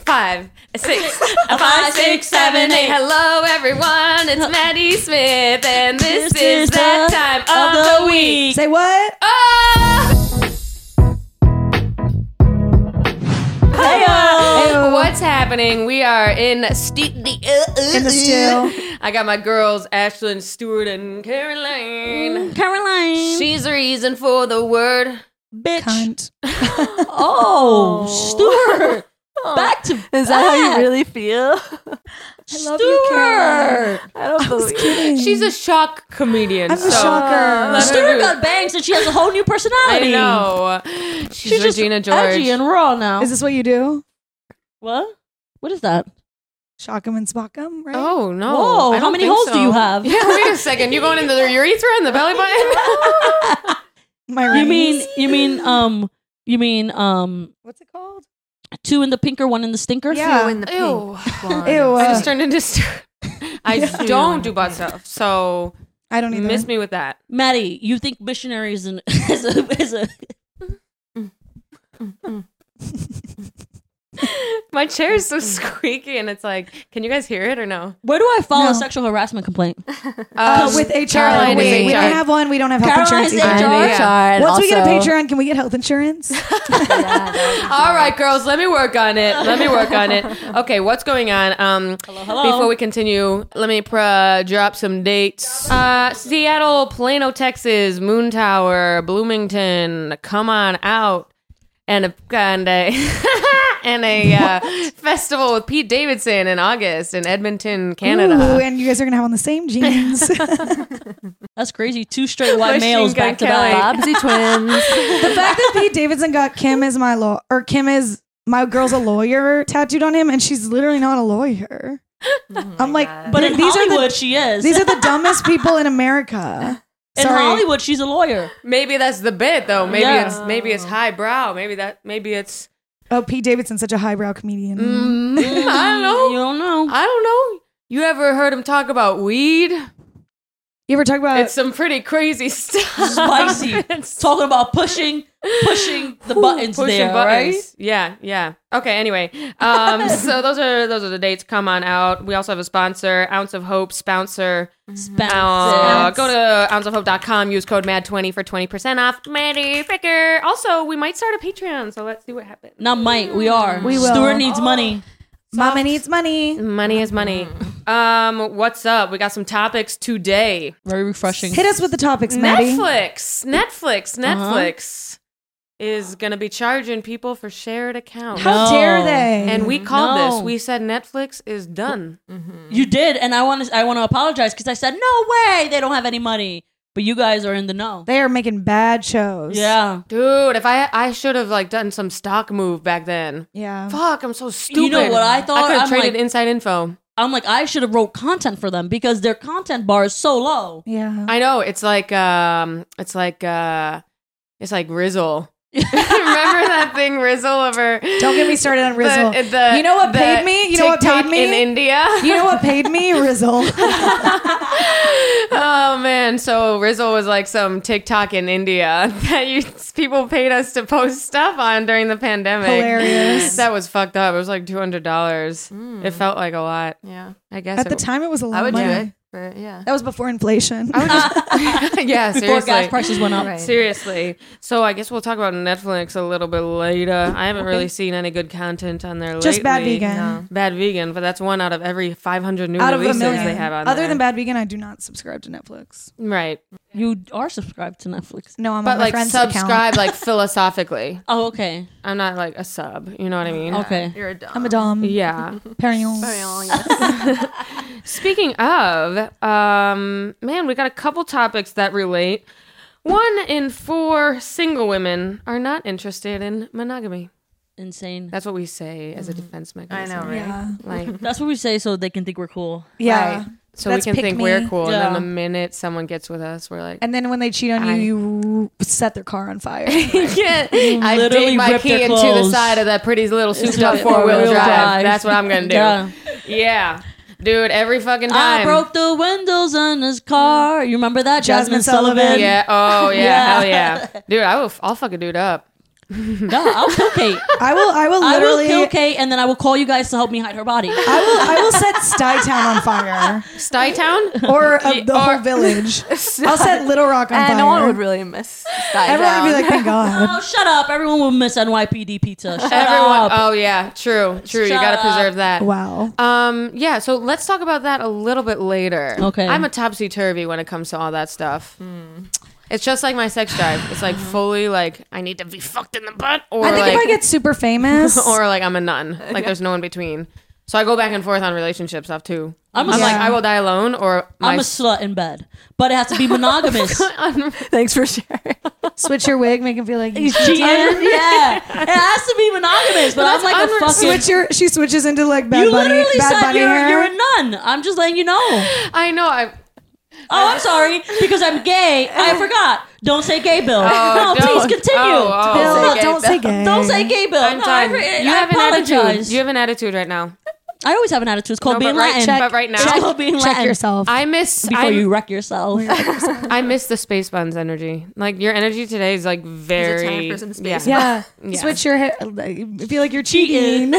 five, a six, a five, six, seven, eight. Hello, everyone. It's Maddie Smith, and this, is that time of the week. Say what? Oh! Heyo. What's happening? We are in sti- the uh, In the still. I got my girls, Ashlyn, Stewart, and Caroline. Caroline. She's the reason for the word. bitch. Cunt. Oh, Stuart. Back to Is that how back. you really feel? I love you, Caroline. Stuart. I don't believe it. She's a shock comedian. I'm so a shocker. let her Stuart do- got bangs and she has a whole new I personality. know. She's, She's just Regina edgy George. and raw now. Is this what you do? what? What is that? Shock 'em and spock 'em, right? Oh no! Whoa, I how don't many think holes do so. you have? Yeah, wait a second. You going into the urethra and the belly button? My You rings. mean you mean um you mean um what's it called? two in the pinker, one in the stinker? Yeah. in the Ew! pink. Ew. I Uh, just turned into. Stu- I Yeah. don't do butt stuff, so I don't either. miss me with that. Maddie, you think missionary is an is a, is a My chair is so squeaky, and it's like, can you guys hear it or no? where do I file No. a sexual harassment complaint? Uh, Um, with HR. Caroline we, is we don't HR. have one. We don't have health Caroline's insurance either. HR. Yeah. Once we get a Patreon, can we get health insurance? All right, girls, let me work on it. Let me work on it. Okay, what's going on? Um, hello. Before we continue, let me pra- drop some dates. Uh, Seattle, Plano, Texas, Moon Tower, Bloomington, come on out. And a, and a, and a uh, festival with Pete Davidson in August in Edmonton, Canada. Ooh, and you guys are gonna have on the same jeans. That's crazy. Two straight white Machine males Gun back to Kelly. back. Bobsy twins. the fact that Pete Davidson got Kim as my law or Kim is my girl's a lawyer tattooed on him, and she's literally not a lawyer. I'm like, But in th- these Hollywood, are the she is. these are the dumbest people in America. in Sorry. Hollywood, she's a lawyer. Maybe that's the bit, though. Maybe Yeah. it's maybe it's highbrow. Maybe that maybe it's Oh, Pete Davidson's such a highbrow comedian. Mm, I don't know. You don't know. I don't know. You ever heard him talk about weed? You ever talk about it's some pretty crazy stuff. Spicy. Talking about pushing, pushing the buttons there, right? Yeah, yeah. Okay. Anyway, um, so those are those are the dates. Come on out. We also have a sponsor, Ounce of Hope sponsor. Spence. Uh, go to ounceofhope.com. Use code MAD20 for twenty percent off. Maddie Ficker. Also, we might start a Patreon, so let's see what happens. Not Mike. We are. We will. Stuart needs money. Mama needs money. Money is money. Mm-hmm. Um, what's up? We got some topics today. Very refreshing. Hit us with the topics, Maddie. Netflix, Netflix, Uh-huh. Netflix is gonna be charging people for shared accounts. How No. dare they? And we called this. No. We said Netflix is done. You did, and I want to. I want to apologize because I said no way they don't have any money, but you guys are in the know. they are making bad shows. Yeah. Dude, if I I should have like done some stock move back then. Yeah. Fuck, I'm so stupid. You know what I thought? I could have I'm traded like- inside info. I'm like I should have wrote content for them because their content bar is so low. Yeah. I know it's like um, it's like uh, it's like Rizzle. Remember that thing Rizzle over? Don't get me started on Rizzle. The- the- you know what the paid me? You know what TikTok paid me? in India? you know what paid me? Rizzle. Oh man, so Rizzle was like some TikTok in India that you people paid us to post stuff on during the pandemic. Hilarious. Hmm. That was fucked up. It was like two hundred dollars. It felt like a lot. Yeah. I guess At the it- time, it was a lot I of would do money. it. For, yeah. That was before inflation. yeah, Before seriously. gas prices went up. Right. Seriously. So I guess we'll talk about Netflix a little bit later. I haven't really seen any good content on there Just Bad lately. Vegan. No. Bad vegan, but that's one out of every 500 new Out of a releases million. they have on Other there. than Bad Vegan, I do not subscribe to Netflix. right, You are subscribed to Netflix. No, I'm on but my like friend's subscribe account. like philosophically. Oh, okay. I'm not like a sub. You know what I mean? Okay. You're a Oh, dumb. I'm a dumb. Yeah. Perignon. Speaking of, um, man, we got a couple topics that relate. One in four single women are not interested in monogamy. Insane. That's what we say Mm. as a defense mechanism. know, right? Yeah. Like, That's what we say so they can think we're cool. Yeah. Right. so That's we can pick think me. we're cool, and Yeah. then the minute someone gets with us, we're like, And then when they cheat on I- you, you set their car on fire. yeah, I Literally dig my rip key their into the clothes. side of that pretty little souped my up four wheel four-wheel drive. drive. That's what I'm gonna do. Yeah. Ah, Yeah, dude, every fucking time. I broke the windows on his car. You remember that? Jasmine Sullivan. Yeah. Oh yeah. Yeah. Hell yeah, dude. I will. I'll fuck a dude up. No, I'll kill Kate. I will. I will I will literally. kill Kate, and then I will call you guys to help me hide her body. I will. I will set Stuytown on fire, Stuytown? or uh, the Or- whole village. I'll set Little Rock on fire. And no one would really miss that. Everyone would be like, "Thank God." Oh, shut up! Everyone will miss NYPD pizza. Shut Everyone. up. Oh yeah, true, true. you Shut gotta up. preserve that. Wow. Um, yeah, so let's talk about that a little bit later. Okay. Hmm. I'm a topsy turvy when it comes to all that stuff. It's just like my sex drive. It's like Uh-huh. fully like I need to be fucked in the butt or I think like if I get super famous, or like I'm a nun. Like there's no in between. So I go back and forth on relationship stuff too. I'm, I'm a like slut. I will die alone or my Oh I'm a slut in bed, but it has to be monogamous. Thanks for sharing. switch your wig, make him feel like He's cheating. yeah, it has to be monogamous. But I'm That's like unre- a fucking. switch your. She switches into like bad you bunny, literally bad said bunny you're, hair. you're a nun. I'm just letting you know. I know I Oh, I'm sorry because I'm gay. I forgot. Don't say gay, Bill. Oh, no, don't- please continue. Oh, Bill, Don't don't, say gay, say Bill. gay. Don't say gay, Bill. I'm no, I, done. re- you I have an attitude. apologize. You have an attitude right now. I always have an attitude. It's called No, being but right- Latin. but right now- it's Check- called being Check Latin. yourself. I miss before I'm- you wreck yourself. I miss the space buns energy. Like your energy today is like very person space Yeah. yeah. Yeah. Switch your hair. Like, feel like you're cheating.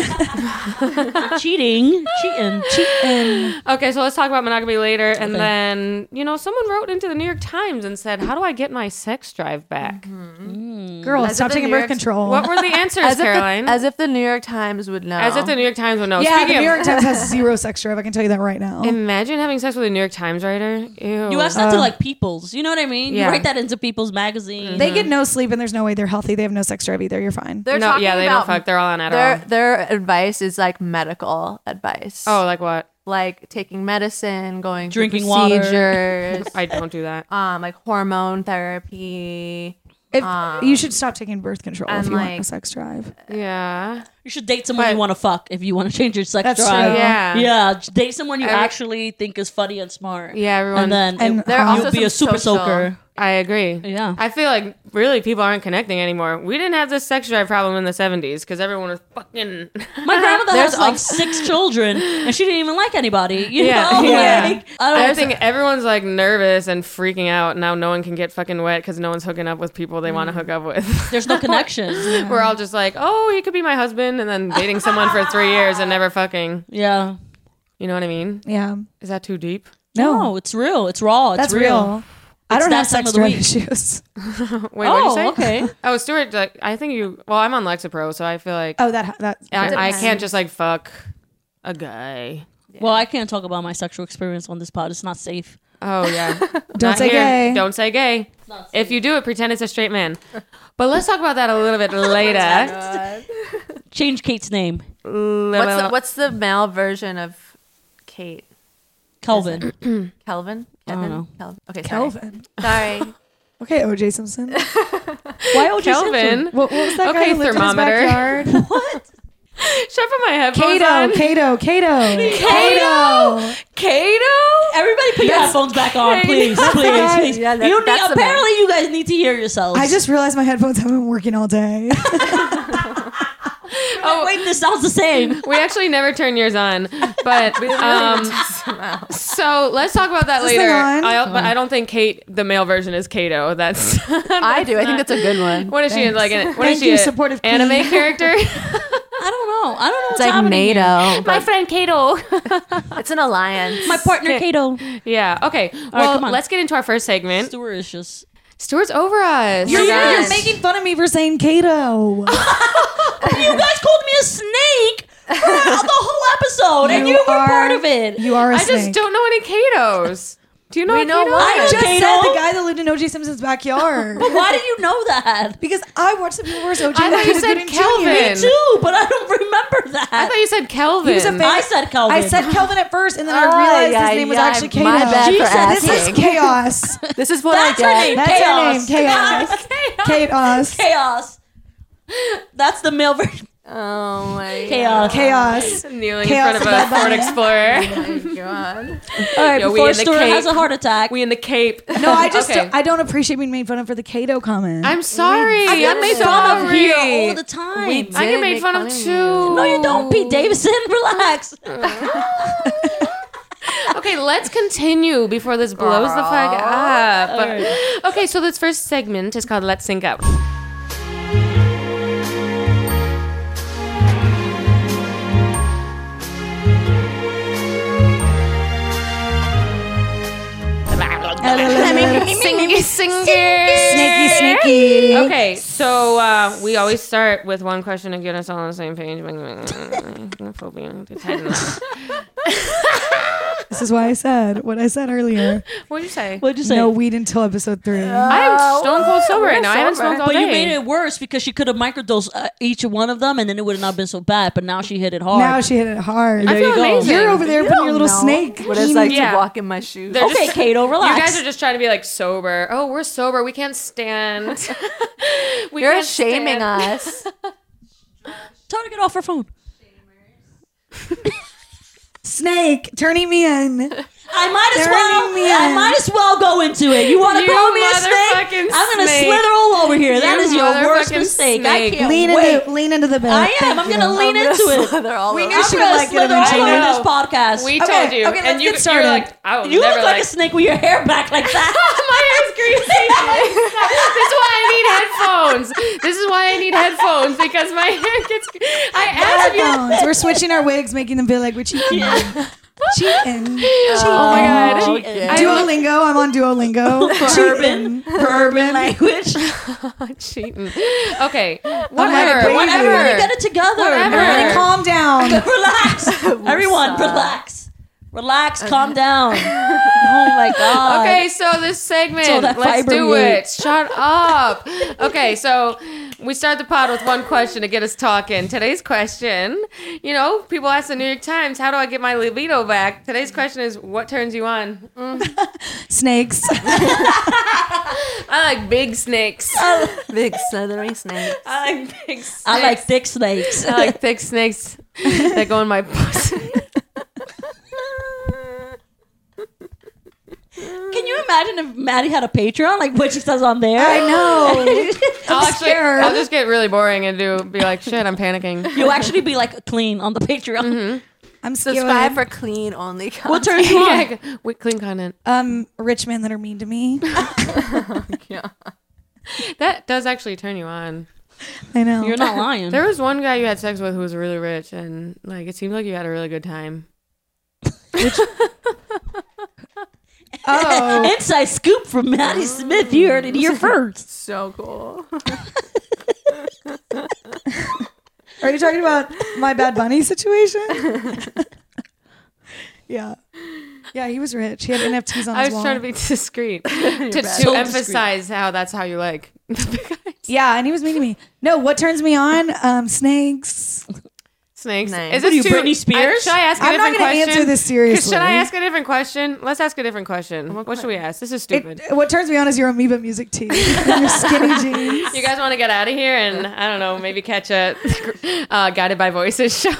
Cheating, cheating, cheating. Okay, so let's talk about monogamy later. And Okay. then you know, someone wrote into the New York Times and said, "How do I get my sex drive back?" Mm-hmm. Girl, As stop if the taking New birth York- control. What were the answers, As if, Caroline? the, as if the New York Times would know. As if the New York Times would know. yeah, the Speaking New of, York Times has zero sex drive. I can tell you that right now. imagine having sex with a New York Times writer. Ew. You ask that to like people's. You know what I mean? yeah. You write that into people's magazine. They get no sleep, and there's no way they're healthy. They have no sex drive either. You're fine. they're no, talking yeah, they about don't fuck. They're all on their Adderall. their advice is like medical advice. Oh, like what? like taking medicine, going through Drinking water. procedures, I don't do that. um, like hormone therapy. If, you should stop taking birth control if and, you want a like- sex drive. Yeah. you should date someone you But- want to fuck if you want to change your sex That's drive. true. Yeah. Yeah, j- date someone you Every- actually think is funny and smart. Yeah, everyone. and then And it- there are you'll also be some a super social- soaker. I agree. Yeah. I feel like really people aren't connecting anymore. We didn't have this sex drive problem in the 70s because everyone was fucking. My grandmother There's has like also- six children, and she didn't even like anybody. You Yeah, know, yeah. like I I don't think everyone's like nervous and freaking out. Now no one can get fucking wet because no one's hooking up with people they want to hook up with. There's no connection. We're all just like, oh, he could be my husband, and then dating someone for three years and never fucking. yeah. You know what I mean? Yeah. Is that too deep? No, No, it's real. It's raw. It's that's real. I It's don't that have time sex of the drive week. issues. Wait, what you say? Oh, okay. Oh, Stuart, like, I think you. Well, I'm on Lexapro, so I feel like Oh, that that. I, I Depends. can't just like fuck a guy. Well, I can't talk about my sexual experience on this pod. It's not safe. Oh yeah. Don't say gay. Don't say gay. If you do it, pretend it's a straight man. But let's talk about that a little bit later. Change Kate's name, What's What's the, what's the male version of Kate? Kelvin. Kelvin? I don't Kevin? know. Kelvin. Okay, sorry. Kelvin. Sorry. Okay, OJ Simpson. What, Why OJ Kelvin? what was that guy Okay, who lived thermometer. in his backyard? What? Should I put my headphones on? Kato, Kato, Kato, Kato. Kato? Everybody, put your headphones back on, please, please, guy. please. Yeah, that- you need, that's the man. apparently, you guys need to hear yourselves. I just realized my headphones haven't been working all day. Oh, wait. This sounds the same. we actually never turn yours on, but um, so let's talk about that Is this later. thing on? I, but I don't think Kate, the male version, is Kato. That's I do. I think that's a good one. what is she in, like? An, what is Thank she? you, a supportive anime queen. character. I don't know. I don't know what's It's like happening. here. NATO. my friend Kato. It's an alliance. My partner Kato. yeah. Okay. well, come on. let's get into our first segment. Stuart is just. Stuart's over us. You're, gosh. you're making fun of me for saying Kato. You guys called me a snake for the whole episode, and You you were are- part of it. You are a I just snake. don't know any Katos. Do you know? We a know Kato? one. I just Kato. said the guy that lived in OJ Simpson's backyard. Why did you know that? because I watched the people versus OJ. I thought you said Kelvin. Too, but I don't remember that. I thought you said Kelvin. was a fan- I said Kelvin. I said Kelvin at first, and then Oh, I realized yeah, his name was yeah, actually Kato. my bad for this is asking. chaos. This is what That's her I name. get. chaos. That's her name, chaos. chaos. chaos. That's the male version. Oh my Chaos. Chaos. kneeling Chaos in front about of a Ford that. Explorer. Oh god. All right, Yo, we before in the Stuart cape. has a heart attack. we in the Cape. No, I just Okay. don't, I don't appreciate being made fun of for the Kato comment. I'm sorry. I I'm get made sorry. fun I'm here all the time. We I get Didn't made make fun fun of of too. you. no, you don't, Pete Davidson. Relax. Okay, let's continue before this blows the fuck up. Okay, so this first segment is called Let's Sync Up. Snakey, snaky. Okay, so uh, we always start with one question and get us all on the same page. Phobia. This is why I said what I said earlier. What'd you say? What'd you say? No weed until episode three. Oh, I'm stone cold sober right we're now. I haven't sober. smoked all Uh, but day. you made it worse because she could have microdosed uh, each one of them, and then it would have not been so bad. But now she hit it hard. Now she hit it hard. I There you feel go. amazing. You're over there You putting don't your little know snake. What it's he- like Yeah. to walk in my shoes. They're okay, just- Kato, relax. You guys are just trying to be like sober. Oh, we're sober. We can't stand. we You're can't shaming stand. us. tell her to get off her phone. snake turning me in. I might as They're well. eating me I up. might as well go into it. You want to You call me a snake? motherfucking I'm gonna snake. slither all over here. That You is your worst motherfucking mistake. snake. I can't Lean wait. into lean into the bed. I am. Thank I'm you. gonna lean I'm gonna into it. slither all We over knew I'm she gonna would like it slither all eventually. over I this know. podcast. We Okay, told you, okay, and let's you, you get were started. like, I will you never look like, a snake with your hair back like that. My hair's greasy. this is why I need headphones. This is why I need headphones because my hair gets. I asked you. Headphones. We're switching our wigs, making them feel like we're cheating. Cheating. Oh my god. Oh, okay. I look- Duolingo. I'm on Duolingo. Bourbon. Bourbon language. cheating. Okay. having Whatever. Whatever. baby. We Whatever. get it together. Whatever. Everybody, calm down. Relax. Everyone, relax. Relax. Calm down. Oh my god. Okay, so this segment, It's all that let's fiber do we it. ate. Shut up. Okay, so we start the pod with one question to get us talking. Today's question, you know, people ask the New York Times, how do I get my libido back? Today's question is, what turns you on? Snakes. I like big snakes. Big slithering snake. I like big snakes. I like thick snakes. I like thick snakes that go in my pussy. Can you imagine if Maddie had a Patreon? Like what she says on there? I know. I'll, actually, scared. I'll just get really boring and do be like, shit, I'm panicking. You'll actually be like clean on the Patreon. Mm-hmm. I'm scared. Subscribe for clean only. We'll Content. turn you on. Yeah, with clean content. um, rich men that are mean to me. That does actually turn you on. I know. You're not lying. There was one guy you had sex with who was really rich, and like it seemed like you had a really good time. oh, Inside scoop from Maddie Smith. You heard it here first. So cool. are you talking about my Bad Bunny situation? yeah. Yeah, he was rich. He had NFTs on I his was wall. trying to be discreet to, to So emphasize how that's how you like. yeah, and he was mean to me. No, what turns me on? Um, snakes. Snakes. Nice. Is What this are you, too, Britney I- Spears? should I ask a I'm not different gonna question? answer this 'Cause Should I seriously. ask a different question? Let's ask a different question. What should we ask? This is stupid. It, what turns me on is your amoeba music tea and your skinny jeans. you guys want to get out of here and I don't know, maybe catch a uh, Guided by Voices show.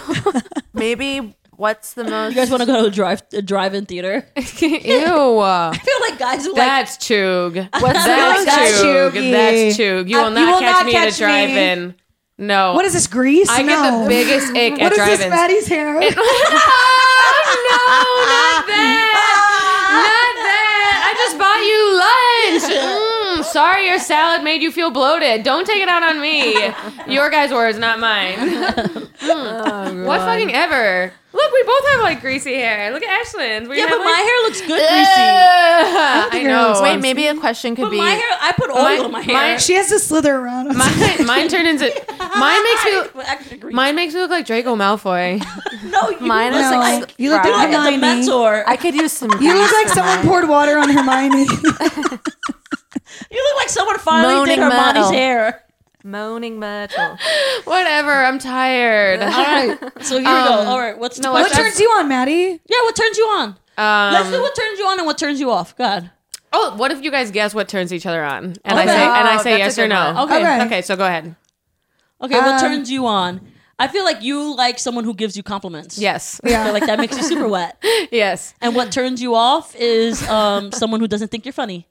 Maybe what's the most? You guys want to go to a drive a drive-in theater? I Ew. feel like guys are like That's Chug. What's That's the most? That's Chug. Chuggy. That's Chug. You Uh, will not you will catch not me at catch a me. drive-in. No. What is this, grease? I get No. the biggest ick What at is drive-ins. this, Maddie's hair? Oh, no, not that. Not that. I just bought you lunch. Mm, sorry your salad made you feel bloated. Don't take it out on me. Your guys' words, not mine. oh Mm. what fucking ever? Look, we both have like greasy hair. Look at Ashlyn's. We yeah, have, but my like- hair looks good greasy. Ugh. I, think your hair know. looks Wait, maybe a question could But be. my hair, I put oil My- on my my- hair. She has to slither around. mine, mine turned into. Mine makes me. Well, actually, greasy. Mine makes me look like Draco Malfoy. no, you Mine look is No. like You look like brown. like the Hermione. mentor. I could use some. you look like someone poured water on Hermione. you look like someone finally Moaning did Hermione's metal. hair. moaning metal. Whatever. I'm tired. All right, so here we go. All right, what's the no, I- what question? turns you on, Maddie? yeah, what turns you on? Um, Let's do what turns you on and what turns you off. God. Oh, what if you guys guess what turns each other on? And I Okay. say and I Oh, say that's yes a or good no. one. Okay. Okay. Okay. Okay. so go ahead. what Um, turns you on? I feel like you like someone who gives you compliments. Yes. I Yeah. feel like that makes you super wet. yes. And what turns you off is um, someone who doesn't think you're funny.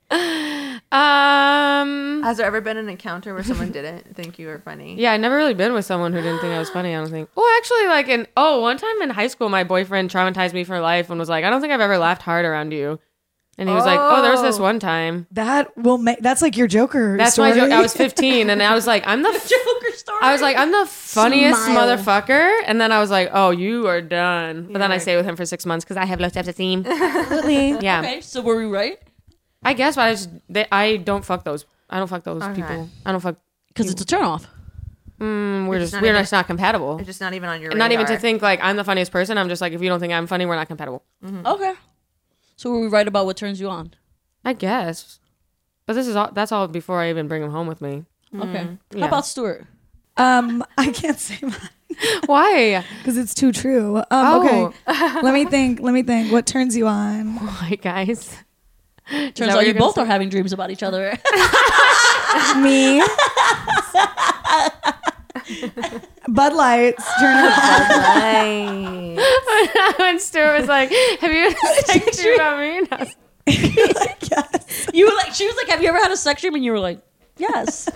Um Has there ever been an encounter where someone didn't think you were funny? yeah, I never really been with someone who didn't think I was funny, I don't think. Oh, actually like in oh, one time in high school my boyfriend traumatized me for life and was like, "I don't think I've ever laughed hard around you." And he was like, "Oh, there was this Oh. one time." that will make. That's like your Joker. That's story. my joke. I was 15 and I was like, "I'm the f- Joker story. I was like, I'm the funniest Smile. motherfucker. And then I was like, oh, you are done. But then I Yeah. stayed with him for six months because I have low self esteem. Absolutely. Yeah. okay, so were we right? I guess, but I just they, I don't fuck those. I don't fuck those Okay. people. I don't fuck. because it's a turnoff. Mm, we're just not we're even- just not compatible. It's just not even on your And not even to radar. think like I'm the funniest person. I'm just like if you don't think I'm funny, we're not compatible. Okay. So were we right about what turns you on? I guess. But this is all. That's all before I even bring him home with me. Okay. Mm-hmm. Yeah. How about Stuart? Um, I can't say mine Why? because it's too true. Um, Oh. Okay, let me think. Let me think. What turns you on? Why, guys? that Turns what out you you're gonna both are having dreams about each other. Me. Bud Lights. Turn it off. Right. when Stuart was like, "Have you ever sex dream about me?" And I was- you were like, she was like, "Have you ever had a sex dream?" And you were like, "Yes."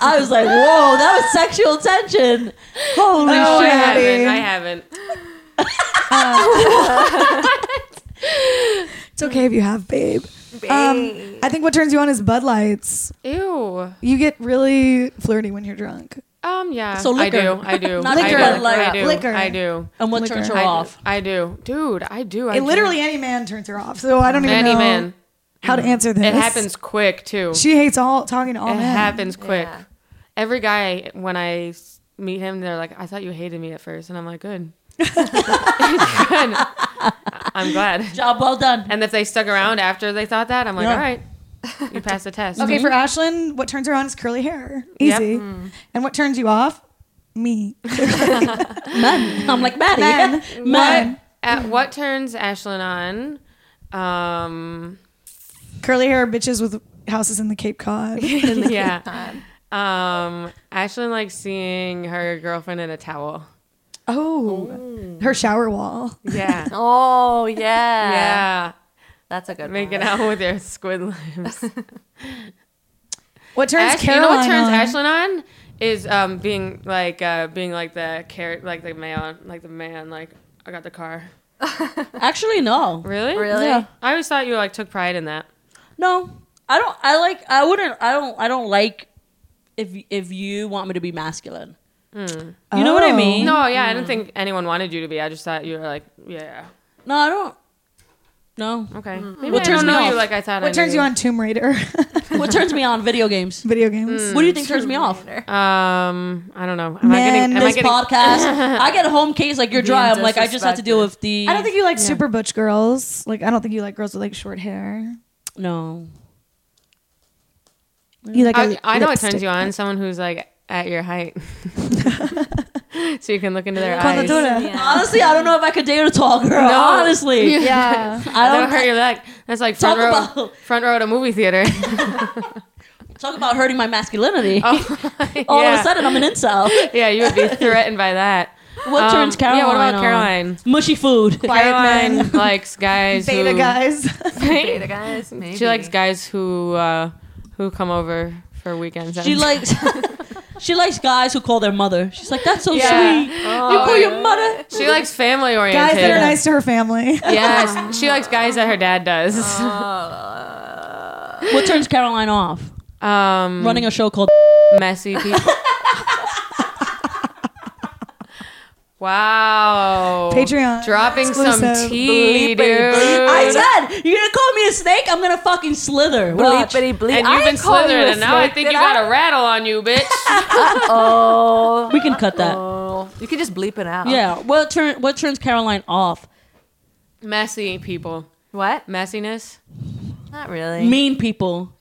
I was like, "Whoa, that was sexual tension." Holy No, I shit. haven't. I haven't. It's okay if you have, babe. Um, I think what turns you on is Bud Lights. Ew. You get really flirty when you're drunk. Um. Yeah. So I do. liquor. I do. Not I do. Liquor. like- I do. Liquor. I do. And what Liquor. turns her I do. off? I do, dude. I do. I It do. literally any man turns her off, so I don't even any know man. how Mm. to answer this. It happens quick too. She Oh, hates all talking to all it men. happens quick. Yeah. Every guy when I s- meet him, they're like, "I thought you hated me at first. and I'm like, "Good." Good. I'm glad. Job well done. And if they stuck around after they thought that, I'm like, Yeah. "All right, you passed the test." Okay, for Ashlyn, what turns her on is curly hair. Easy. Mm. And what turns you off? Me. Men. I'm like Maddie. Men. Men. At what turns Ashlyn on? Um, curly hair bitches with houses in the Cape Cod. yeah. Um, Ashlyn likes seeing her girlfriend in a towel. Oh, her shower wall. Yeah. Oh yeah. Yeah. That's a good Making one. out with your squid limbs. What turns Ash- you Caroline know what turns on? Ashlyn on is um being like uh being like the car like the man like the man like I got the car. Actually, no. Really? Really? Yeah. I always thought you like took pride in that. No, I don't. I like. I wouldn't. I don't. I don't like if if you want me to be masculine. You know what I Oh. mean? Hmm. No, yeah, I didn't think anyone wanted you to be. I just thought you were like, yeah, no, I don't. No. okay. Maybe What I turns don't me know off? you like I thought. I What knew turns you on? Tomb Raider. what turns me on? Video games. Video games. Hmm. What do you think turns me off? Um, I don't know. Am I Man, getting? Am I this getting? podcast. I get home case like you're dry. I'm like I just have to deal with the. I don't think you like super butch girls. Like I don't think you like girls with like short hair. No. You like I, I I know what turns you on. Someone who's like at your height, so you can look into their eyes. Condotto. Honestly, I don't know if I could date a tall girl. No. Honestly, Yeah. I That'll don't hurt your leg. That's like Talk front row, about- front row at a movie theater. talk about hurting my masculinity. All Oh, yeah. of a sudden, I'm an incel. yeah, you would be threatened by that. What Um, turns Caroline? Yeah, what about on? Caroline? Mushy food. Caroline men. likes guys. Beta who, guys. Beta guys. Maybe. She likes guys who uh, who come over for weekends. She likes she likes guys who call their mother. She's like, that's so Yeah. sweet. you call your mother. She likes family guys oriented. that are nice to her family. Yes, she likes guys that her dad does. Uh, What turns Caroline off? Um, Running a show called messy people. wow. Patreon Dropping some exclusive. tea, dude. I said, you're gonna call me a snake? I'm gonna fucking slither. Watch. Bleepity bleep. and I you've been didn't call you slithering, a and now I snake, think did you got a rattle on you, bitch. Oh. We can cut that. Oh. You could just bleep it out. Yeah. What turn what turns Caroline off? Messy people. What? Messiness. Not really. Mean people.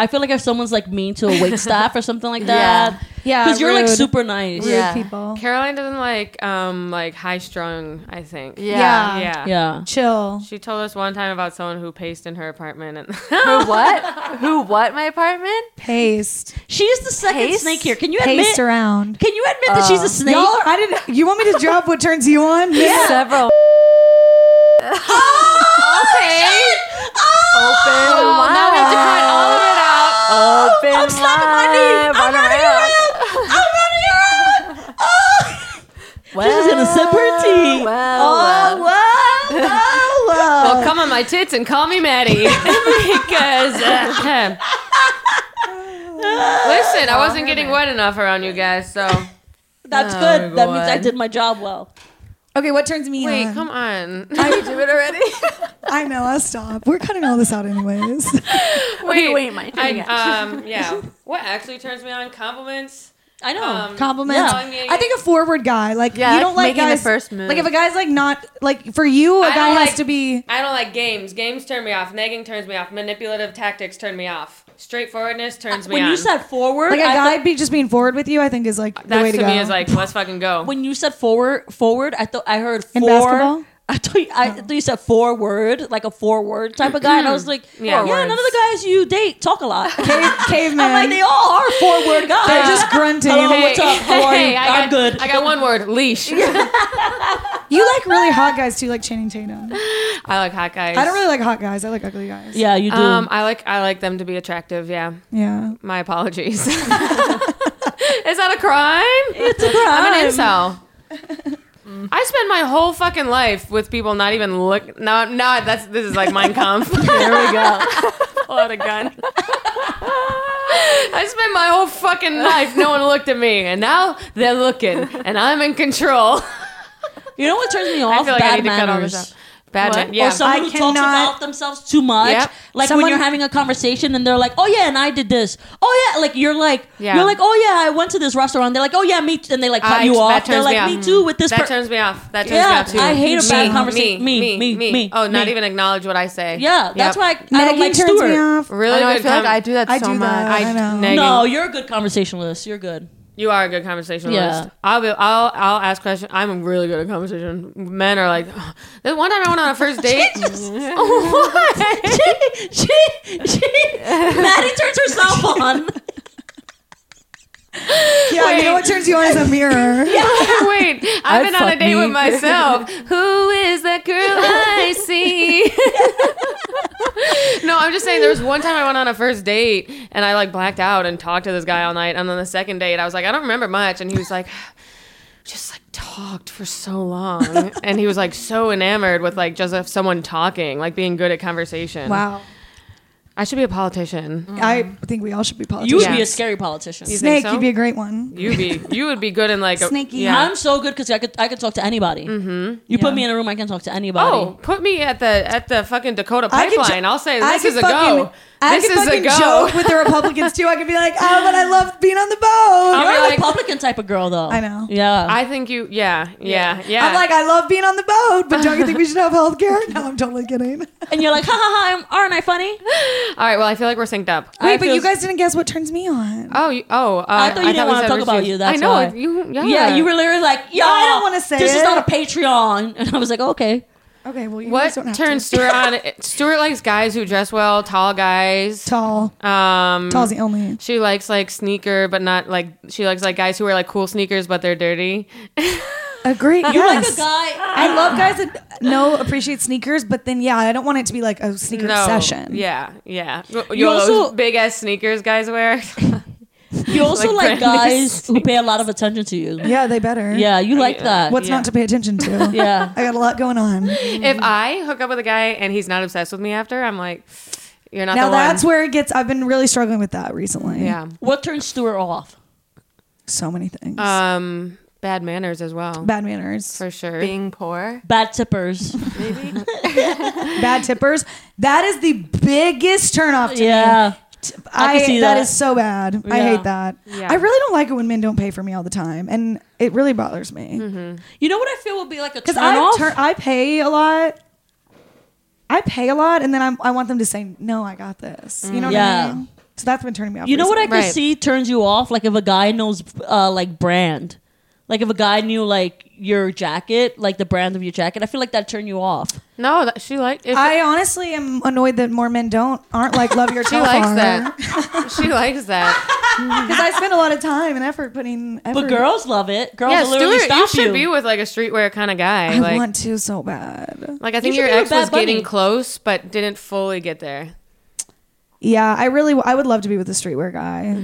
I feel like if someone's like mean to a wait staff or something like Yeah. that. Yeah, Because you're like rude. super nice. Rude Yeah. Yeah. people. Caroline doesn't like um like high strung, I think. Yeah. Yeah. Yeah. Chill. She told us one time about someone who paced in her apartment and Who what? Who what? My apartment? Paste. She's the second Pace? snake here. Can you admit Paste around. Can you admit that she's a snake? Uh, Y'all, I didn't. You want me to drop what turns you on? Several. Okay. Open Oh, now we have to cut all of it out. Open I'm slapping my knee. Run around. Well, She's in a separate team. Oh, Well, well. Well, come on my tits and call me Maddie because uh, listen, I wasn't getting wet enough around you guys, so That's Oh, good. That means I God. did my job well. Okay, what turns me Wait, on? come on. I do it already. I know. I'll stop. We're cutting all this out anyways. wait, wait, my turn I, again. um, yeah. What actually turns me on? Compliments. I Oh, know. Um, Compliments. Telling me- I think a forward guy. Like Yeah, you don't like making the guys. first move. Like if a guy's like not like for you, a I guy don't has like- to be. I don't like games. Games turn me off. Nagging turns me off. Manipulative tactics turn me off. Straightforwardness turns me Uh, when on. you said forward, Like a I guy thought- be just being forward with you, I think is like the that way to, to, go. me is like, let's fucking go. when you said forward, forward, I thought I heard In four. basketball? Oh. I thought you, I thought you said forward, like a forward type of guy, and I Mm. was like, Yeah, yeah, yeah none of words. the guys you date talk a lot. Cave, caveman. I'm like, they all are forward guys. They're just grunting. Hello, what's up? How are hey, you? I got, I'm good. I got one word. Leash. You like really hot guys too, like Channing Tatum. I like hot guys. I don't really like hot guys. I like ugly guys. yeah, you do. Um, I like I like them to be attractive. Yeah. Yeah. My apologies. Is that a crime? it's a crime. I'm an incel. I spend my whole fucking life with people not even look. No, no, that's this is like Mein Kampf. There we go. pull out a gun. I spent my whole fucking life, no one looked at me, and now they're looking, and I'm in control. You know what turns me I off? feel like Bad I need to cut all this manners. out. Bad What? man- yeah. Or someone I who talks cannot- about themselves too much. Yep. Like Someone- when you're having a conversation and they're like, "Oh yeah, and I did this." Oh yeah, like you're like Yeah. you're like, "Oh yeah, I went to this restaurant." They're like, "Oh yeah, me," too. and they like cut I- you that off. They're turns like, me "Me off. too," with this that person. turns me off. That turns me Yeah, off too. I hate a me, bad conversation. Me, me, me, me, Oh, not me. even acknowledge what I say. Yeah, Yep. that's why I, I don't Nagging like turns Stuart. me off. Really I know, good. I feel like com- I do that I so do much. that. I, I- know. neg- No, you're a good conversationalist. You're good. You are a good conversationalist. Yeah. I'll be. I'll. I'll ask questions. I'm really good at conversation. Men are like. The one time I went on a first date. what? she, she, she, Maddie turns herself on. yeah, you know what turns you on is a mirror. Wait, I've been on a fuck date me. with myself. Who is that girl I see? no, I'm just saying there was one time I went on a first date and I like blacked out and talked to this guy all night. And on the second date, I was like, I don't remember much. And he was like, just like talked for so long. and he was like so enamored with like just if someone talking, like being good at conversation. Wow. I should be a politician. I think we all should be You politicians. would Yeah. be a scary politician. You think Snake, so? you'd be a great one. You'd be you would be good in like a Snakey. Yeah. I'm so good because I could I could talk to anybody. Mm-hmm. You put me in a room, I can talk to anybody. Oh, put me at the at the fucking Dakota I could pipeline. ju- I'll say I this could is a fucking- go. I this could is a fucking go. joke with the Republicans too. I could be like, oh, but I love being on the boat. I'm You're a like- Republican type of girl, though. I know. Yeah. I think you. Yeah, yeah, yeah. I'm like, I love being on the boat, but don't you think we should have health care? No, I'm totally kidding. Wait, and you're like, ha ha ha, I'm, aren't I funny? all right. Well, I feel like we're synced up. I but feel- you guys didn't guess what turns me on. Oh, you, oh. Uh, I thought you didn't we want to said talk about refuse. you. That's I know why. you. Yeah, Yeah, you were literally like, yeah, I don't wanna say This is it. not a Patreon. And I was like, okay. Okay, well, you What guys don't have turns to. Stuart on? Stuart likes guys who dress well, tall guys. tall? Um, Tall's the only. She likes like sneaker, but not like she likes like guys who wear like cool sneakers, but they're dirty. Agree. You're yes. like a guy. I love guys that know appreciate sneakers, but then yeah, I don't want it to be like a sneaker No. obsession. Yeah, yeah. You, You also also- big ass sneakers guys wear. You also Like Brandy's like, guys who pay a lot of attention to you. Yeah, they better. Yeah, you like that. What's Yeah. not to pay attention to? Yeah. I got a lot going on. if I hook up with a guy and he's not obsessed with me after, I'm like, you're not now the that's one. where it gets. I've been really struggling with that recently. yeah. What turns Stuart off? so many things. Uh, Um, bad manners as well, bad manners, for sure. Being poor, Bad tippers. maybe. bad tippers. That is the biggest turnoff to me. yeah. I I, can see that that. is so bad. I Yeah. hate that. Yeah. I really don't like it when men don't pay for me all the time, and it really bothers me. You know what I feel would be like a Mm-hmm. turn Because I off? turn, I pay a lot. I pay a lot, and then I'm, I want them to say, "No, I got this." You know Mm, what Yeah. I mean? So that's been turning me off. You know what I could Right. see turns you off? Like if a guy knows uh, like brand. Like if a guy knew like your jacket, like the brand of your jacket, I feel like that turned you off. no, that, she like. If I honestly am annoyed that more men don't aren't like love your she likes that. she likes that. because I spend a lot of time and effort putting. Effort. But girls love it. Girls yeah, will literally Stuart, you stop should you. be with like a streetwear kind of guy. I like, want to so bad. like I think should your be with ex Bad was getting Bunny. close, but didn't fully get there. Yeah, I really, I would love to be with a streetwear guy.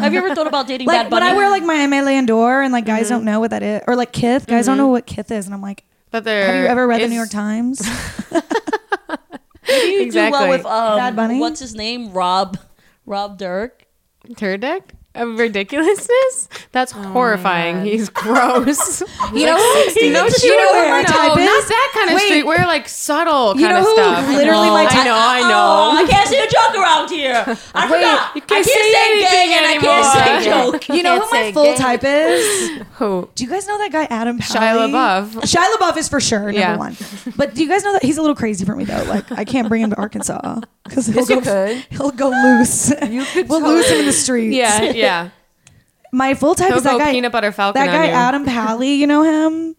Have you ever thought about dating Like Bad when Bunny? I wear like my MA Landor and like guys don't know what that is, or like Kith, guys don't know what Kith is, and I'm like, But there. have you ever read Er, the is- New York Times? you do well Exactly. with um, Bad Bunny? What's his name? Rob, Rob Dirk. Turd deck? of ridiculousness. Oh That's horrifying. He's gross. You know, you know, you know who my no, type not is? that kind of Wait. street. We're like subtle kind You know of who stuff. literally I my know, type- I know, I Oh, I know. can't say a joke around here. I Wait, forgot. you can't I can't say say anything gay and I can't say anymore. joke. you know Can't who my say full gay. type is? Who? Do you guys know that guy Adam Shia Pally? LaBeouf. Shia LaBeouf is for sure number Yeah. one. But do you guys know that he's a little crazy for me though? Like I can't bring him to Arkansas because he'll go he'll go loose. You could we'll lose him in the streets. Yeah, yeah. My full type is Cocoa that guy. peanut butter falcon. that on guy you. Adam Pally. You know him.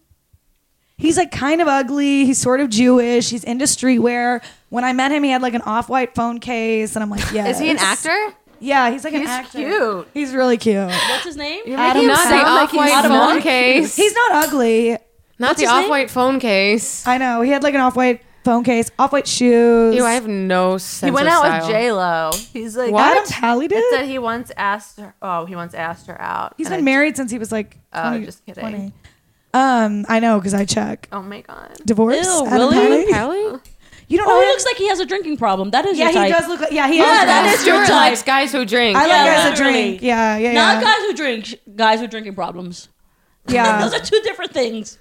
He's like kind of ugly. He's sort of Jewish. He's into streetwear. When I met him, he had like an off-white phone case, and I'm like, yeah. Is he an actor? Yeah, he's like an He's actor. cute. He's really cute. What's his name? Adam Not the Pally. sound like off he's white Adam phone Pally. case. He's not ugly. not the his name? off white phone case. I know. He had like an off-white phone case, off-white shoes. Ew, I have no sense. He went of out style. with J Lo. He's like What? Adam Pally did. It said he once asked her. Oh, he once asked her out. He's and been I- married since he was like Oh, 20, just kidding. 20. Um, I know because I check Oh my god. divorce. Ew, Adam really? Pally? Pally? You don't know. Oh, he him? looks like he has a drinking problem. That is Yeah, your he type. does look. like Yeah, Oh, he. Yeah, is that drunk. is your Stuart type. likes guys who drink. I Yeah, like guys that literally. drink. Yeah, yeah, yeah. Not guys who drink. Guys with drinking problems. Yeah. Those are two different things.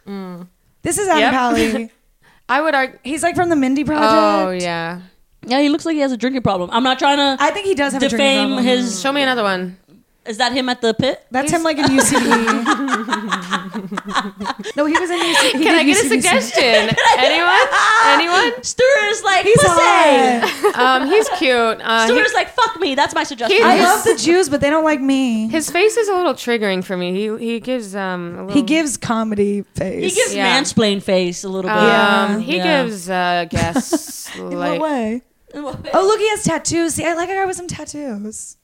this is Adam Yep. Pally. I would argue. He's like from the Mindy Project. Oh yeah. Yeah, he looks like he has a drinking problem. I'm not trying to I think he does have a drinking defame problem. his. Show me another one. Is that him at the pit? That's him like in UCB. no, he was in E. UCB. He Can I did get a UCB. suggestion? Anyone? Anyone? Stuart is like He's pussy. hot. Um, he's cute. Uh, he- Stuart is like fuck me. That's my suggestion. He- I His- love the Jews, but they don't like me. his face is a little triggering for me. He he gives um a little, he gives comedy face. he gives Yeah. mansplain face a little bit. um Yeah. he Yeah. gives uh guess in like what way? Oh, look, he has tattoos. See, I like a guy with some tattoos.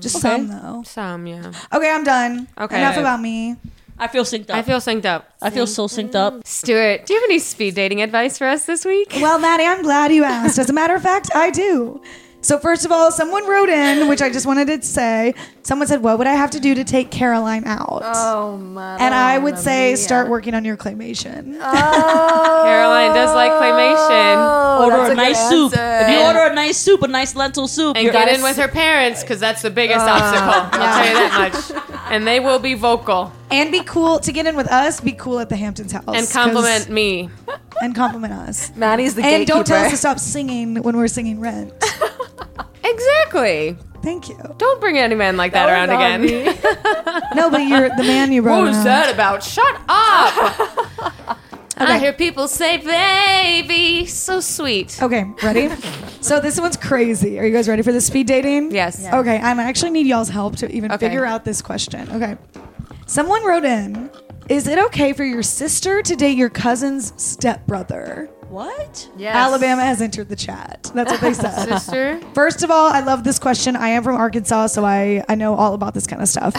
Just Okay. some though. some yeah. Okay, I'm done. Mm-hmm. Okay. Enough about me. I feel synced up. I feel synced up. I feel so synced up. Stuart, do you have any speed dating advice for us this week? Well, Maddie, I'm glad you asked. As a matter of fact, I do. So, first of all, someone wrote in, which I just wanted to say. Someone said, What would I have to do to take Caroline out? Oh my. and I would say, Start working on your claymation. Oh. Caroline does like claymation. order Oh, that's a a nice good soup. If answer. you order a nice soup, a nice lentil soup, And you're- get in with her parents because that's the biggest obstacle. I'll tell you that much. And they will be vocal and be cool to get in with us, be cool at the Hamptons house. and 'cause- compliment me. And compliment us. Maddie's the And don't tell us to gatekeeper. stop singing when we're singing Rent. Exactly. Thank you. Don't bring any man like that, That around was on again. No, but you're the man you brought. What was around. that about? Shut up! I Okay. hear people say, baby, so sweet. Okay, ready? so this one's crazy. Are you guys ready for the speed dating? Yes. Yeah. Okay, I'm I actually need y'all's help to even Okay. figure out this question. Okay. Someone wrote in, is it okay for your sister to date your cousin's stepbrother? what? Yes. Alabama has entered the chat. That's what they said. Sister? First of all, I love this question. I am from Arkansas, so I, I know all about this kind of stuff.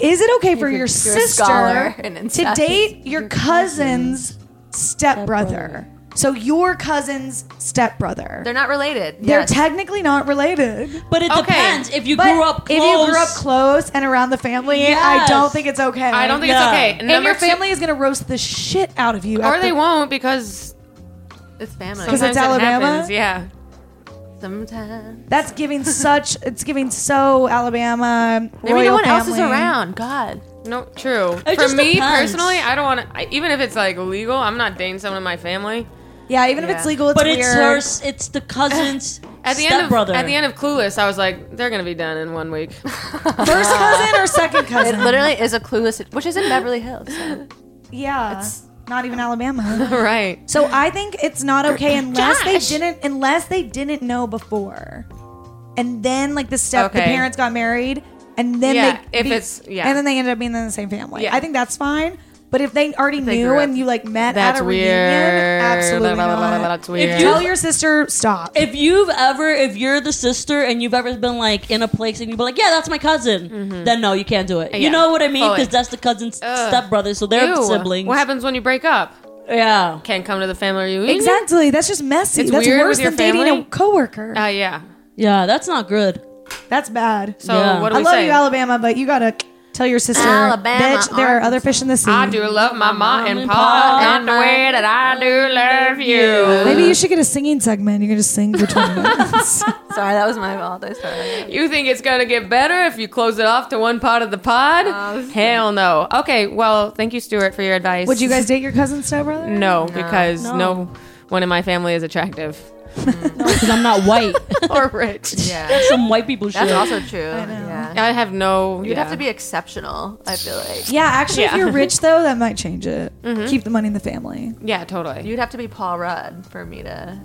Is it okay for your scholar sister in to incest. date your cousin's stepbrother? So your cousin's stepbrother. They're not related. They're yes. technically not related. But it Okay. depends. If you But grew up close, if you grew up close and around the family, I Yes. don't think it's okay. I don't think Yeah. it's okay. And your two- family is gonna roast the shit out of you. at Or they the- won't because it's family. Because sometimes it's it Alabama? happens. Yeah. Sometimes. That's giving such. It's giving so Alabama. Maybe royal no one else is family. around. God. No, true. It For just me depends. personally, I don't want to, even if it's like legal, I'm not dating someone in my family. Yeah, even if Yeah. it's legal, it's but weird. it's hers. It's the cousin's At the end of stepbrother. at the end of Clueless, I was like, they're gonna be done in one week. First cousin or second It cousin? literally is a clueless, which is in Beverly Hills. so. yeah, it's not even Alabama. right. So I think it's not okay unless they Josh. didn't unless they didn't know before, and then like the step the Okay. parents got married, and then Yeah, they if it's- yeah. and then they ended up being in the same family. Yeah. I think that's fine. But if they already they knew grew and up. you like met That's at a weird. reunion, absolutely Blah, blah, blah, blah, blah, not. that's weird. you- Tell your sister stop. if you've ever, if you're the sister and you've ever been like in a place and you've been like, yeah, that's my cousin, then no, you can't do it. Yeah. You know what I mean? Fully. Because that's the cousin's Ugh. stepbrother, so they're Ew. siblings. What happens when you break up? Yeah. Can't come to the family reunion. Exactly. That's just messy. It's that's weird worse with your than dating a family? coworker. Uh, yeah. Yeah, that's not good. that's bad. So Yeah. what do I we love say? you, Alabama, but you gotta tell your sister, Alabama, bitch. There are other fish in the sea. I do love my ma and pa, pa, not the way that I do love you. Maybe you should get a singing segment. You can just sing for 20 minutes. So Sorry, that was my fault. I started. You think it's gonna get better if you close it off to one part of the pod? Hell no. Okay, well, thank you, Stuart, for your advice. Would you guys date your cousin stepbrother? No, because no. one in my family is attractive because I'm not white. or rich. Yeah, Some white people shit. that's also true. Yeah, I have no. you'd have to be exceptional. I feel like Yeah, actually, Yeah. if you're rich though, that might change it. Keep the money in the family. Yeah, totally. you'd have to be Paul Rudd for me to.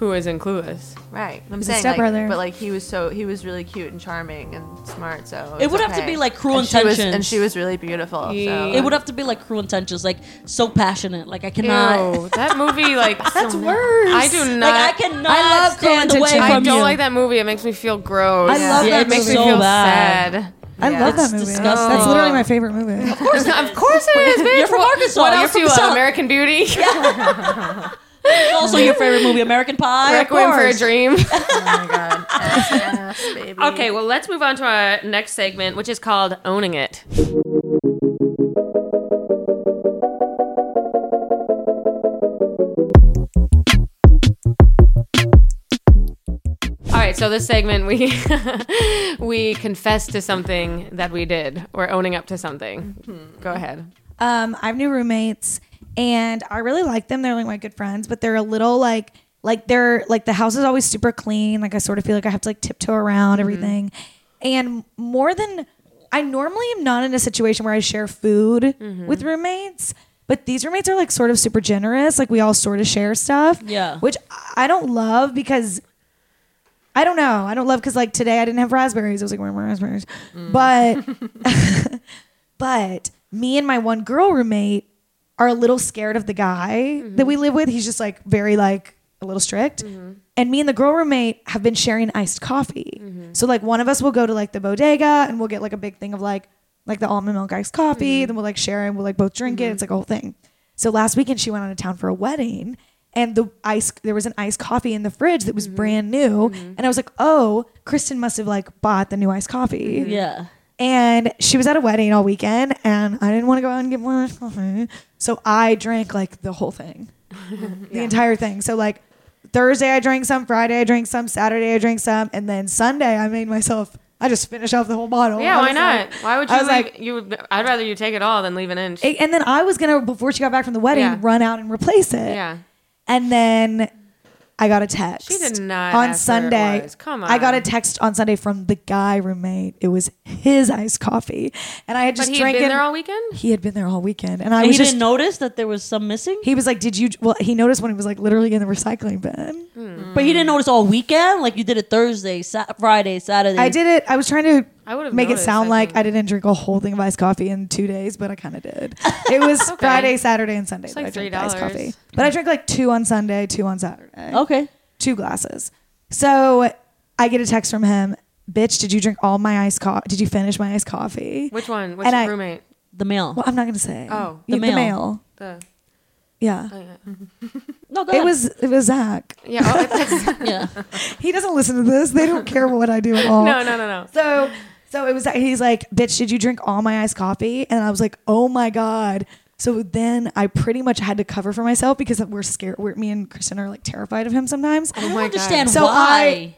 Who is in Clueless? Right, I'm He's a saying, like, stepbrother. but like he was so he was really cute and charming and smart. So it, It was would have to okay. be, like, Cruel and she was- and Intentions. she was really beautiful. So Yeah. It would have to be like cruel intentions, like so passionate. Like I Ew, cannot. that movie like That's worse. I do not. Like I cannot I love Cruel stand away Intentions. from I don't you. like that movie. It makes me feel gross. I love Yeah, that It makes movie. me So feel bad. sad. I love It's that movie. disgusting. That's literally my favorite movie. of course it is. bitch. You're from What- Arkansas. What You're else from do you love? South- American Beauty. also, your favorite movie, American Pie. of Requiem for a course. Dream. Oh my god, ass, ass, baby. okay, well, let's move on to our next segment, which is called Owning It. All right, so this segment we we confess to something that we did. We're owning up to something. Go ahead. Um, I have new roommates, and I really like them. They're like my good friends, but they're a little like like they're like the house is always super clean. Like I sort of feel like I have to like tiptoe around everything, and more than I normally am not in a situation where I share food with roommates. But these roommates are like sort of super generous. Like we all sort of share stuff. Yeah. Which I don't love because I don't know. I don't love because like today I didn't have raspberries. I was like, where are my raspberries? But but me and my one girl roommate are a little scared of the guy that we live with. He's just like very like a little strict. And me and the girl roommate have been sharing iced coffee. So like one of us will go to like the bodega and we'll get like a big thing of like like the almond milk iced coffee. Then we'll like share and we'll like both drink it. It's like a whole thing. So last weekend she went out of town for a wedding and the ice there was an iced coffee in the fridge that was brand new. And I was like, oh, Kristen must have like bought the new iced coffee. Yeah. And she was at a wedding all weekend, and I didn't want to go out and get more coffee. So I drank like the whole thing, the entire thing. So, like, Thursday I drank some, Friday I drank some, Saturday I drank some, and then Sunday I made myself, I just finished off the whole bottle. Yeah, I why was not? like- why would you I was leave, like, you would- I'd rather you take it all than leave an inch. it- and then I was going to, before she got back from the wedding, Yeah. run out and replace it. yeah. And then I got a text. She did not on ask where it Sunday. was. Come I got a on. text on Sunday from the guy roommate. It was his iced coffee, and I had But just he'd drank been it. there all weekend? he had been there all weekend, and I And was he just. didn't notice that there was some missing. he was like, "Did you?" Well, he noticed when he was like literally in the recycling bin. But he didn't notice all weekend. Like you did it Thursday, sa- Friday, Saturday. I did it. I was trying to I would've make noticed, it sound I like think. I didn't drink a whole thing of iced coffee in two days, but I kind of did. It was Friday, Saturday, and Sunday. that like I drank the iced $3. coffee, but I drank like two on Sunday, two on Saturday. Okay. two glasses. So I get a text from him, bitch, did you drink all my iced coffee? Did you finish my iced coffee? Which one? Which And I- roommate? The mail. Well, I'm not going to say. Oh. You- The Oh. male. the, mail. The Yeah. No, go It ahead. was it was Zach. yeah. Oh, it's, yeah. He doesn't listen to this. They don't care what I do at all. no, no, no, no. So so it was he's like, "Bitch, did you drink all my iced coffee?" And I was like, "Oh my god." So then I pretty much had to cover for myself because we're scared. We're, me and Kristen are like terrified of him sometimes. I don't Oh my God. understand So why.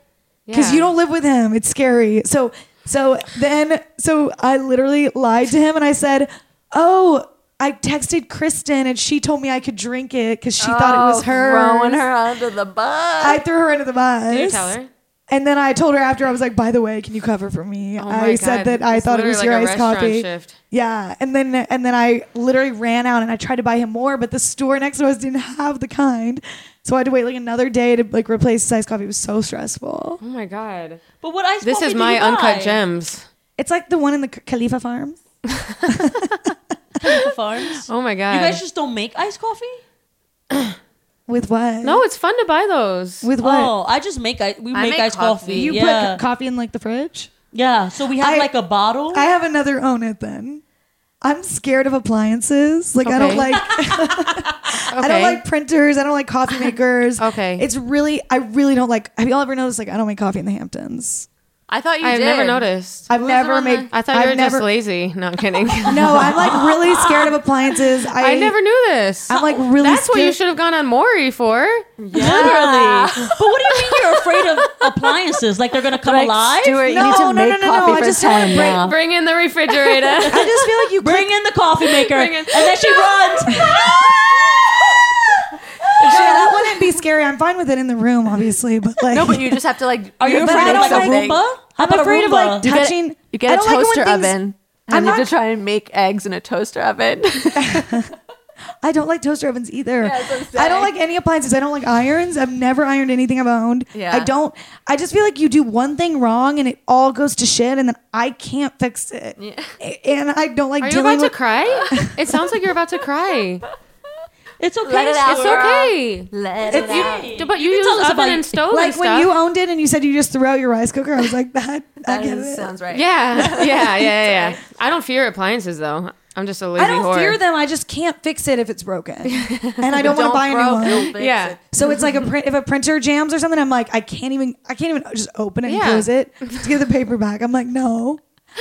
because you don't live with him. It's scary. So so then so I literally lied to him and I said, "Oh, I texted Kristen and she told me I could drink it because she thought Oh, it was her." throwing her under the bus. I threw her into the bus. Did you tell her? And then I told her after I was like, "By the way, can you cover for me?" Oh my I said God, that I it's thought it was literally your like a iced restaurant coffee. shift. Yeah, and then and then I literally ran out and I tried to buy him more, but the store next to us didn't have the kind, so I had to wait like another day to like replace his iced coffee. It was so stressful. Oh my god. But what I This is my uncut gems. It's like the one in the K- Khalifa Farms. Farms. Oh my god. You guys just don't make iced coffee. With what? no, it's fun to buy those. With what? Oh, I just make I we I make, make iced coffee. coffee. you yeah, put c- coffee in like the fridge? yeah. So we have I- like a bottle. I have another own it then. I'm scared of appliances. Like I Okay. don't like I Okay. don't like printers. I don't like coffee makers. Okay. It's really I really don't like have y'all ever noticed like I don't make coffee in the Hamptons. I thought you I've did. never noticed. I, I've never one made. that- thought you I've were never, just lazy. No, I'm kidding. I, No, I'm like really scared of appliances. I, never knew this. I'm like really. That's what you scared- should have gone on Maury for. Literally. but what do you mean you're afraid of appliances? Like they're gonna come alive? Stuart, you No, need to no, no, make no, no, coffee I for just Tom wanna break- now. Bring in the refrigerator. I just feel like you. Bring in the coffee maker, Bring in- and then she runs. Yeah, that wouldn't be scary. I'm fine with it in the room, obviously, but like. No, but you just have to like. Are you have to afraid I of like don't make a something. Roomba? How I'm about a afraid of Roomba? like You get- touching. You get I a don't like it when toaster things- oven. I'm And you not- have to try and make eggs in a toaster oven. I don't like toaster ovens either. that's what I'm I don't saying. like any appliances. I don't like irons. I've never ironed anything I've owned. Yeah. I don't. I just feel like you do one thing wrong and it all goes to shit, and then I can't fix it. A- And I don't like Are you dealing about to with. cry? It sounds like you're about to cry. It's okay. Let it out. It's Girl. okay. Let it out. But you, can use tell us oven about- and stove like and when stuff. you owned it and you said you just threw out your rice cooker, I was like that. I That get is- it. sounds right. yeah, yeah, yeah, yeah. yeah. I don't fear appliances though. I'm just a lazy I don't whore. fear them. I just can't fix it if it's broken, and I don't want to buy a new broke, one. don't fix Yeah. it. So it's like a print if a printer jams or something, I'm like, I can't even I can't even just open it and Yeah. close it to get the paper back. I'm like, no.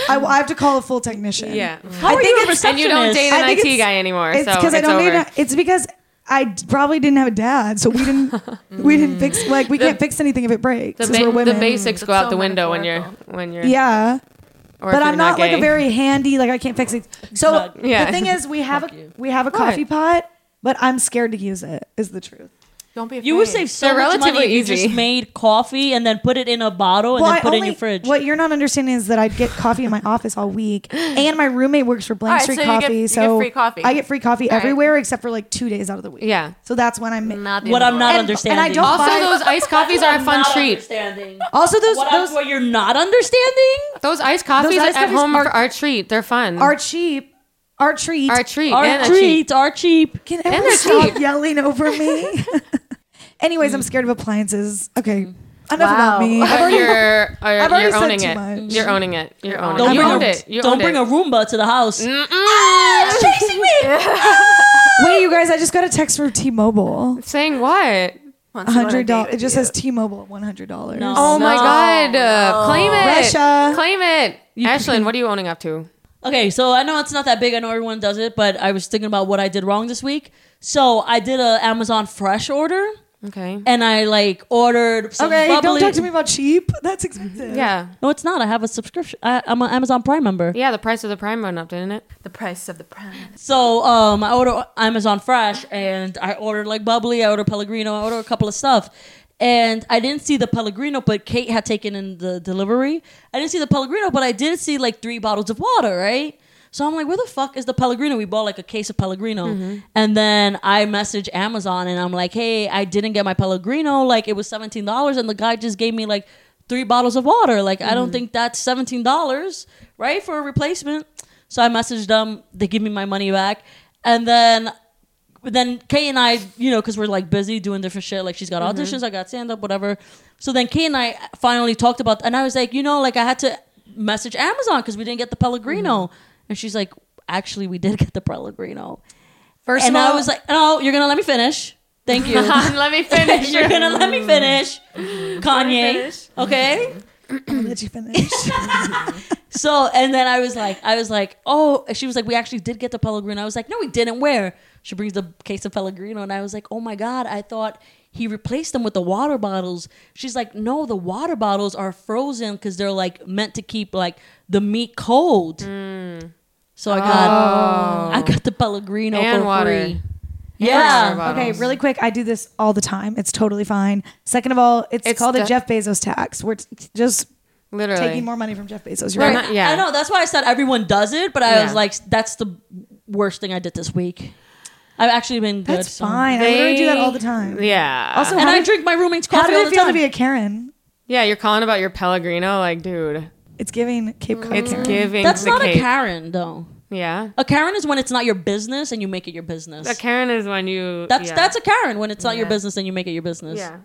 I, I have to call a full technician. Yeah. How are think you a it's- And you receptionist? don't date I an think IT it's- guy anymore, It's so because it's I don't over. need a, it's because I d- probably didn't have a dad, so we didn't we didn't fix like we can't fix anything if it breaks. the, 'cause we're ba- the women. basics go That's out so the window when you're metaphorical. when you're Yeah. Or if but you're I'm not, like gay. a very handy like I can't fix it. So Not- Yeah. the thing is we have a you. we have a coffee pot, but I'm scared to use it is the truth. Don't be afraid. You would save so They're much money relatively if you just easy. made coffee and then put it in a bottle and then put it in your fridge. What you're not understanding is that I'd get coffee in my office all week, and my roommate works for Blank All right, Street so you get- Coffee, you get so free coffee. I get free coffee right. everywhere except for like two days out of the week. Yeah. So that's when I'm. Not the What I'm other one. not and- understanding. and I don't also buy- those iced coffees are a fun treat. Also, those What, those I'm, what you're not understanding? Those iced coffees iced at coffees home are- are our treat. They're fun. are cheap. Are treat. our treat. Our and a treat. treats are cheap. Can everyone they're stop cheap. yelling over me? Anyways, I'm scared of appliances. Okay, enough about Wow. me. I've But already- you're, are, I've you're already said owning too it. much. You're owning it. You're owning Don't it. You bring owned a- it. You don't owned bring a it. Roomba to the house. it's chasing me. Wait, you guys! I just got a text from T-Mobile. Saying what? Once you wanna hundred date dollars. It with just you. says T-Mobile. One hundred dollars. No. Oh my God! Uh, Claim it. Russia. Claim it. Ashlyn, what are you owning up to? Okay, so I know it's not that big. I know everyone does it, but I was thinking about what I did wrong this week. So I did a Amazon Fresh order, Okay. and I like ordered. Some Okay, don't bubbly- talk to me about cheap. That's expensive. Yeah. No, it's not. I have a subscription. I, I'm an Amazon Prime member. Yeah. The price of the prime went up, didn't it? The price of the prime. So um, I order Amazon Fresh, and I ordered like bubbly. I ordered Pellegrino. I ordered a couple of stuff, and I didn't see the Pellegrino, but Kate had taken in the delivery. I didn't see the Pellegrino, but I did see like three bottles of water, right? So I'm like, where the fuck is the Pellegrino? We bought like a case of Pellegrino, and then I message Amazon, and I'm like, hey, I didn't get my Pellegrino. Like it was seventeen dollars, and the guy just gave me like three bottles of water. Like I don't think that's seventeen dollars, right, for a replacement. So I messaged them. They give me my money back, and then then Kay and I, you know, because we're like busy doing different shit. Like she's got Mm-hmm. auditions, I got stand up, whatever. So then Kay and I finally talked about, and I was like, you know, like I had to message Amazon because we didn't get the Pellegrino, Mm-hmm. and she's like, actually, we did get the Pellegrino. First and I was like, no, you're gonna let me finish. Thank you. let me finish. you're gonna let me finish, Kanye. Okay. I'll let you finish. So and then I was like, I was like, oh, she was like, we actually did get the Pellegrino. I was like, no, we didn't. Where? She brings the case of Pellegrino, and I was like, oh my god, I thought he replaced them with the water bottles. She's like, no, the water bottles are frozen because they're like meant to keep like the meat cold. Mm. So I got I got the Pellegrino Oh. And for water. free. water yeah. bottles. okay, really quick. I do this all the time. It's totally fine. Second of all, it's, It's called a the- Jeff Bezos tax. We're t- just Literally. taking more money from Jeff Bezos. You're Right. right. Not- yeah. I know. That's why I said everyone does it, but I was Yeah. like, that's the worst thing I did this week. I've actually been good. That's so- fine. I literally do that all the time. Yeah. Also, And how, I did, drink my roommate's how coffee did all it the feel to time. be a Karen? yeah, you're calling about your Pellegrino, like, dude. It's giving Cape Cod. Mm. It's Karen. giving. Mm. That's the not cake. a Karen, though. Yeah. A Karen is when it's not your business and you make it your business. A Karen is when you. that's yeah. that's a Karen when it's not your Yeah. business and you make it your business. Yeah.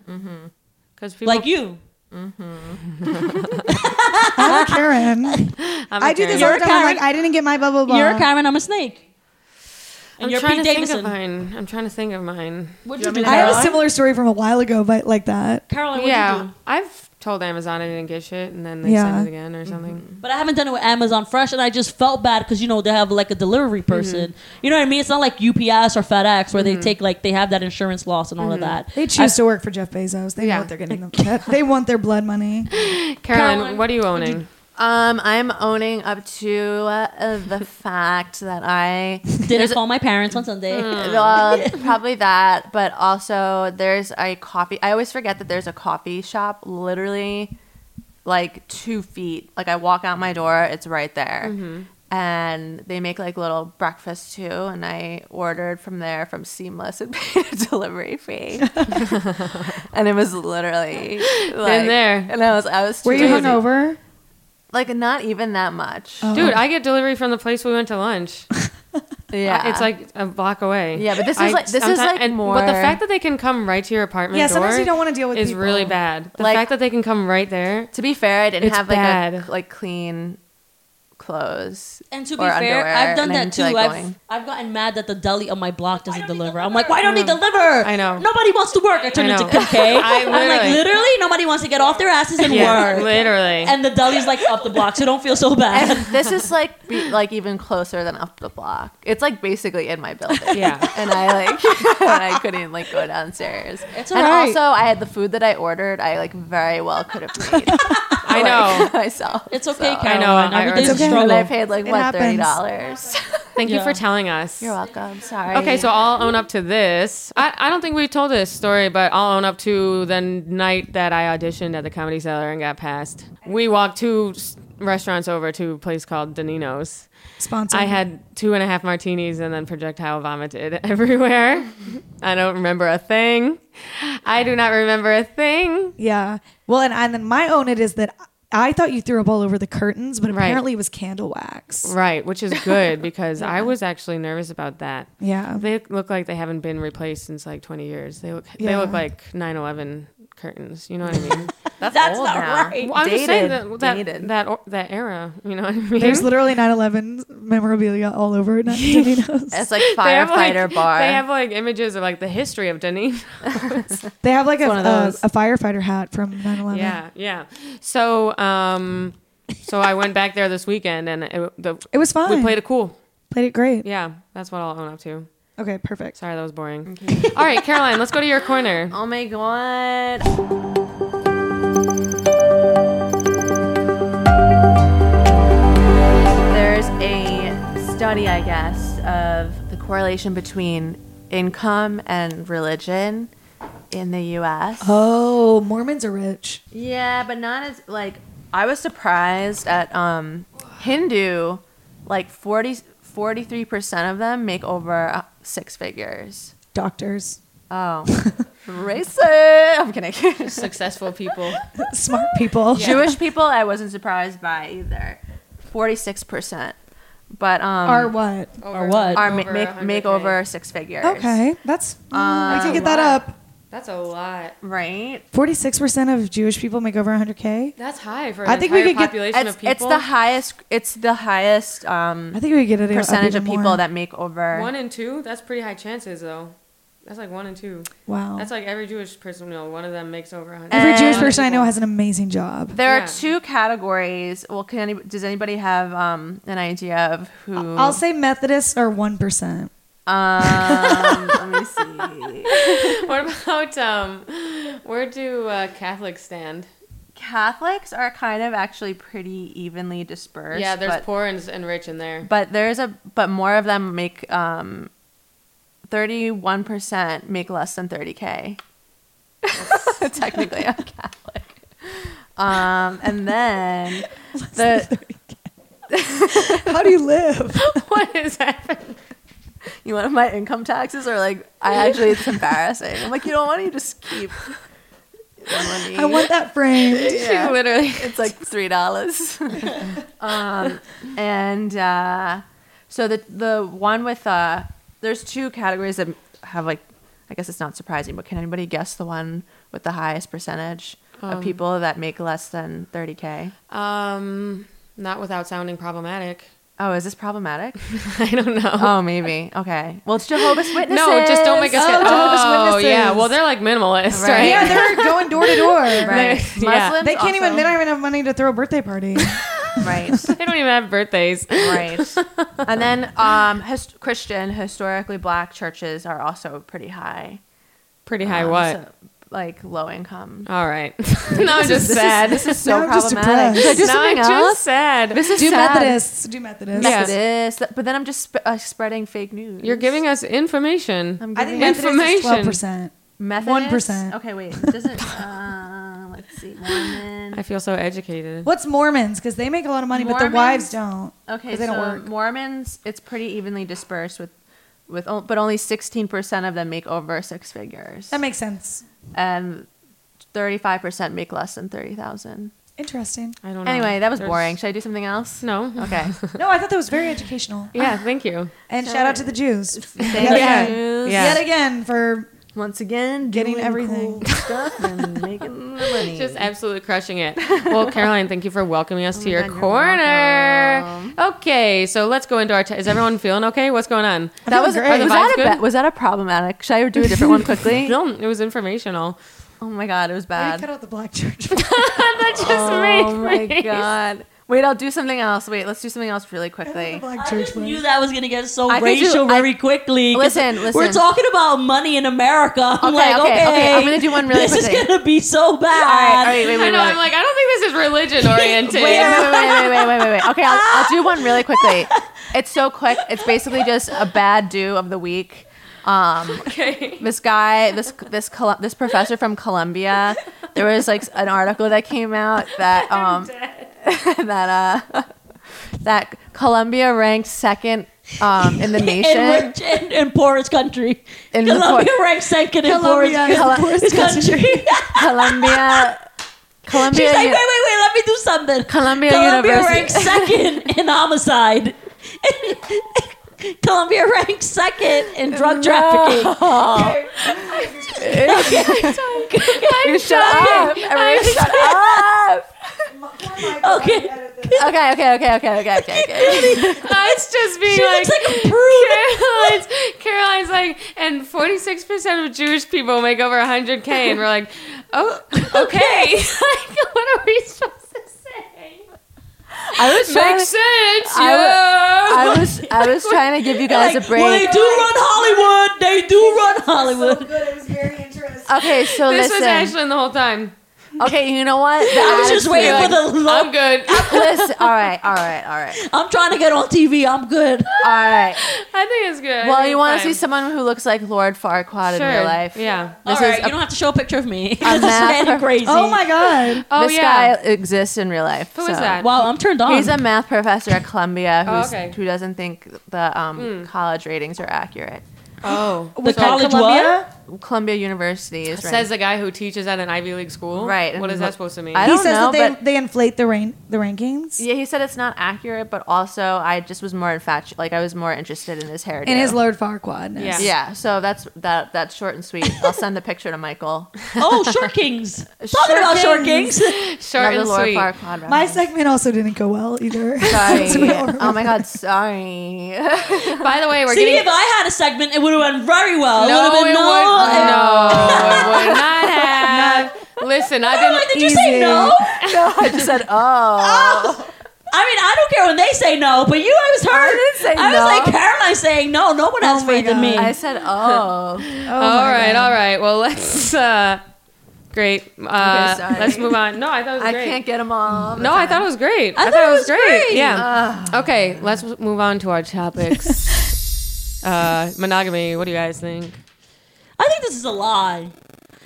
Because people. like you. I'm a Karen. I'm a I do Karen. You're a this all the time. I'm Karen. like, I didn't get my blah blah blah. You're a Karen. I'm a snake. And I'm you're trying to Pete Davidson. think of mine. I'm trying to think of mine. What'd you do? I have a Caroline? similar story from a while ago, but like that. Caroline, what'd you yeah, do? I've told Amazon I didn't get shit, and then they Yeah. sent it again or something. But I haven't done it with Amazon Fresh, and I just felt bad because you know they have like a delivery Mm-hmm. person. You know what I mean? It's not like UPS or FedEx where they take like they have that insurance loss and all Mm-hmm. of that. They choose to work for Jeff Bezos. They Yeah. know what they're getting. Them. they want their blood money. Caroline, Caroline, what are you owning? Um, I'm owning up to uh, the fact that I Didn't call my parents on Sunday. Mm. well, probably that, but also there's a coffee. I always forget that there's a coffee shop literally like two feet. Like I walk out my door, it's right there. And they make like little breakfast too. And I ordered from there from Seamless and paid a delivery fee. and it was literally like, there. And I was, I was Were too you lazy. hungover? Like not even that much. Dude, I get delivery from the place we went to lunch. Yeah, It's like a block away. Yeah, but this is like- this is sometimes- like and more- But the fact that they can come right to your apartment Yeah, door sometimes you don't wanna deal with is people. really bad. The Like- fact that they can come right there. to be fair, I didn't It's have like a, bad. like clean clothes. And to be or fair, underwear, I've done and I that didn't too. feel like I've, going. I've gotten mad that the deli on my block doesn't deliver. I'm like, why don't they Mm. deliver? I know. Nobody wants to work. I turn I into know. Kincaid. I I'm like, literally- literally, nobody wants to get off their asses and Yeah, work. literally. And the deli's like up the block, so don't feel so bad. And this is like be, like even closer than up the block. It's like basically in my building. yeah. And I like and I couldn't like go downstairs. It's and alright. also I had the food that I ordered I like very well could have made I know. myself. It's okay, So- I Caroline. know, I Everything's It's a okay. And I struggle. paid like It what, happens. thirty dollars? Thank you Yeah. for telling us. You're welcome. Sorry. Okay, so I'll own up to this. I, I don't think we told this story, but I'll own up to the night that I auditioned at the Comedy Cellar and got passed. We walked two s- restaurants over to a place called Danino's. Sponsored. I had two and a half martinis and then projectile vomited everywhere. I don't remember a thing. I do not remember a thing. Yeah. Well, and, and then my own it is that I thought you threw a ball over the curtains, but Right. apparently it was candle Mm-hmm. wax. Right, which is good because I was actually nervous about that. Yeah. They look like they haven't been replaced since like 20 years. They look they Yeah. look like 9/11 curtains, you know what I mean? that's, That's old not now. right. Well, I'm just saying Dated, that that dated. that, or, that era, you know what I mean? There's literally 9/11 memorabilia all over Danino's. It's like They have, like- firefighter bar. They have like images of like the history of Denise. They have like a, one of a, those. a firefighter hat from 9/11. Yeah, yeah. So, um, so I went back there this weekend, and it, the, It was fun. we played it cool. Played it great. Yeah, that's what I'll own up to. Okay, perfect. Sorry, that was boring. All right, Caroline, let's go to your corner. oh my god. There's a study, I guess, of the correlation between income and religion in the US. Oh, Mormons are rich. Yeah, but not as like I was surprised at um Hindu like 40 43% of them make over uh, six figures. Doctors. Oh. Racist. I'm kidding. Successful people. Smart people. Jewish people, I wasn't surprised by either. Forty-six percent, but um, Are what? Or what? are over ma- make 100K. make over six figures. Okay, that's I Um, can get that up. That's a lot. right? 46% of Jewish people make over 100k. That's high for an I I think we could get- population It's, of people. it's the highest. It's the highest I um, think we could get it up percentage of even people more. that make over. one and two. That's pretty high chances though. That's like one and two. Wow. That's like every Jewish person we know. One of them makes over a hundred. Oh. Every And- Jewish person I know has an amazing job. there Yeah. are two categories. Well, can any, does anybody have um, an idea of who? I'll say Methodists are 1%. um, let me see. What about um? Where do uh, Catholics stand? Catholics are kind of actually pretty evenly dispersed. yeah, there's but- poor and, and rich in there. but there's a but more of them make um 31% make less than 30k technically i'm catholic um and then the How do you live? what is happening? you want my income taxes are like i actually it's embarrassing i'm like you don't want to just keep the money I want that framed. Yeah. She literally. it's like three dollars. um, and uh, so the the one with uh, there's two categories that have like I guess it's not surprising, but can anybody guess the one with the highest percentage of people that make less than thirty k? Um, not without sounding problematic. Oh, is this problematic? I don't know. oh, maybe. Okay. Well, it's Jehovah's Witnesses. no, just don't make us. Oh, get- Jehovah's oh Witnesses. yeah, well, they're like minimalist, right? Right. yeah, they're going door to door. They- right. yeah. Muslims They can't even. also- They don't even have money to throw a birthday party. right. They don't even have birthdays. Right. and then um, his- Christian, historically black churches are also pretty high. Pretty high Um, what? so, like low income. All right. now I'm just This is- sad. this is so Now I'm just problematic. depressed. Should I do now I'm something just else? sad. This is Do sad. Methodists. Do Methodists. Yeah. Methodist. But then I'm just sp- uh, spreading fake news. You're giving us information. I'm I think giving you Methodist- Methodists is twelve Information. percent. Methodist. 1%. Okay, wait. Does it? Uh, let's see. Mormon. I feel so educated. What's Mormons? Because they make a lot of money, but the Mormons- wives don't. Okay, 'cause they so don't work. Mormons. It's pretty evenly dispersed with. With, o- but only 16% of them make over six figures. That makes sense. and 35% make less than 30,000. Interesting. I don't know. Anyway, that was Oh, There's- boring. Should I do something else? No. Okay. No, I thought that was very educational. Yeah, thank you. And shout out to the Jews. Thank Yet you. again. Yeah. Yet again for Once again, Getting doing everything. cool stuff and making the money. Just absolutely crushing it. Well, Caroline, thank you for welcoming us to my your God, you're corner. welcome. Okay, so let's go into our. T- is everyone feeling okay? What's going on? that was, Are the was that vibes a ba- good? was that a problematic? Should I do a different one quickly? Film. It was informational. Oh my god, it was Why do you cut bad. out the black church. that just Oh my made me. god. Wait, I'll do something else. Wait, let's do something else really the quickly. black I church. just one. knew that was gonna get so I could do- racial I- very quickly. 'cause Listen, We're listen. talking about money in America. I'm Okay, like, okay, okay, okay, I'm gonna do one really This quickly. is gonna be so All right, all bad. right, wait, I wait, know. wait. I'm like, I don't think this is religion oriented. Wait, wait, wait, wait, wait, wait, wait, wait. Okay, I'll, I'll do one really quickly. It's so quick. It's basically just a bad do of the week. Um, okay. this guy, this this Col- this professor from Columbia, there was like an article that came out that um that uh that Columbia ranked second um in the In nation. rich and, and poorest country. In the Colombia ranks second in poorest, Colombia is the poorest country. Columbia, Columbia. She's like, Uni- wait, wait, wait, let me do something. Columbia University. ranks second in homicide. Columbia ranks second in drug trafficking. You shut up! Everybody, shut up! Oh Okay. Okay, okay, okay, okay, okay, okay, okay. That's just being She like. looks like a prude. Caroline's, Caroline's like, and 46% of Jewish people make over 100K. And we're like, oh, okay. like, what are we supposed to say? I was trying. Makes sense. I yeah. I was I was trying to give you guys Like, a well, they break. do run Hollywood. They do run Hollywood. good. It was very interesting. Okay, so this was listen. Ashlyn the whole time. Okay, you know what? The I was just waiting for the I'm love. good. Listen, all right, all right, all right, I'm trying to get on TV. I'm good. all right. I think it's good. I Well, think you it's want to fine. see someone who looks like Lord Farquaad in Sure, real life? Yeah. All This right, is you a- don't have to show a picture of me. This is math- getting crazy. Oh my god. Oh, this yeah. guy exists in real life. Who so. is that? Wow, I'm turned on. He's a math professor at Columbia Oh, who's, okay. Hmm. who doesn't think the um, college ratings are accurate. Oh. the college what? Columbia? Columbia University is Says the guy who teaches at an Ivy League school. Right. What is that supposed to mean? I He don't says know, that but- they, they inflate the rain the rankings Yeah, he said it's not accurate, but also I just was more infatu- like I was more interested in his hairdo. in his Lord Farquaad. Yeah. yeah, so that's that. That's short and sweet. I'll send the picture to Michael. Oh, Short Kings. Talking Short about Short Kings. Kings. Short Another and Laura sweet. Farquaad My reference. segment also didn't go well either. So we Sorry. all oh remember. my god, sorry. By the way, we're See, getting. if I had a segment, it would have went very well. No, it would have been it would- no. no, it would not have. Listen, I've I'm been. like, did you say Easy. no? no, I just said oh. I mean, I don't care when they say no, but you, I was hurt. I didn't say I no. was like, Caroline saying no. No one has Oh my faith in God. me. I said oh. all right, all right. Well, let's. Uh, great. Uh, Okay, sorry. let's move on. No, I thought it was I great. canat get them all. no, I thought it was great. I, thought it was great. Yeah. okay, let's move on to our topics. uh, monogamy. What do you guys think? I think this is a lie.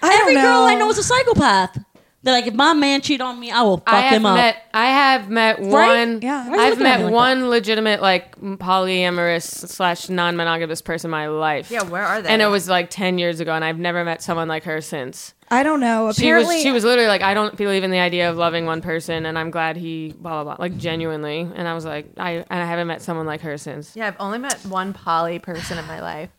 I Every don't girl I know is a psychopath. They're like, if my man cheat on me, I will fuck I have him up. met. I have met one. Yeah. Why are you I've looking met at me like one legitimate like m- polyamorous slash non monogamous person in my life. Yeah, where are they? And it was like ten years ago, and I've never met someone like her since. I don't know. She Apparently, was. She was literally like, I don't believe in the idea of loving one person, and I'm glad he blah blah blah. Like genuinely, and I was like, I and I haven't met someone like her since. Yeah, I've only met one poly person in my life,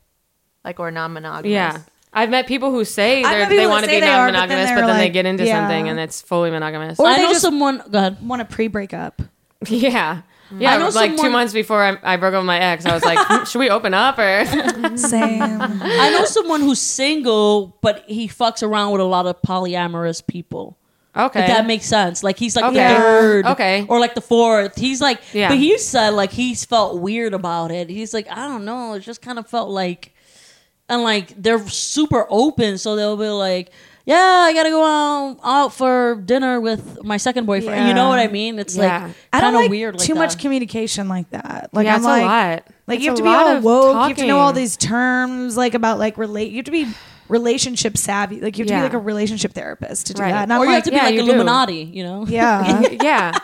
like or non-monogamous. Yeah. I've met people who say I've they're- met they people want that to be say they are, but then non-monogamous, but they're then they like, get into yeah. something and it's fully monogamous. Or I they know just- someone. Go ahead. want a pre-breakup. yeah, Yeah, I know like two someone- months before I, I broke up with my ex, I was like, "Hmm, should we open up or? Same. I know someone who's single, but he fucks around with a lot of polyamorous people. okay. If that makes sense. Like he's like Okay. the third, Okay. or like the fourth. He's like, Yeah. but he said like he's felt weird about it. He's like, I don't know. It just kind of felt like, and like they're super open, so they'll be like, Yeah, I gotta go out out for dinner with my second boyfriend. You know Yeah. what I mean? It's Yeah. like I don't kind of like weird. Like too much that. communication like that. Like yeah, I'm it's like, a lot. like It's you a have to be lot all of woke. You have to know all talking. these terms like about like relate. You have to be relationship savvy. Like you have to Yeah. be like a relationship therapist to do Right. that. And I'm or you like, have to be yeah, like you do. Illuminati. You know? yeah, yeah.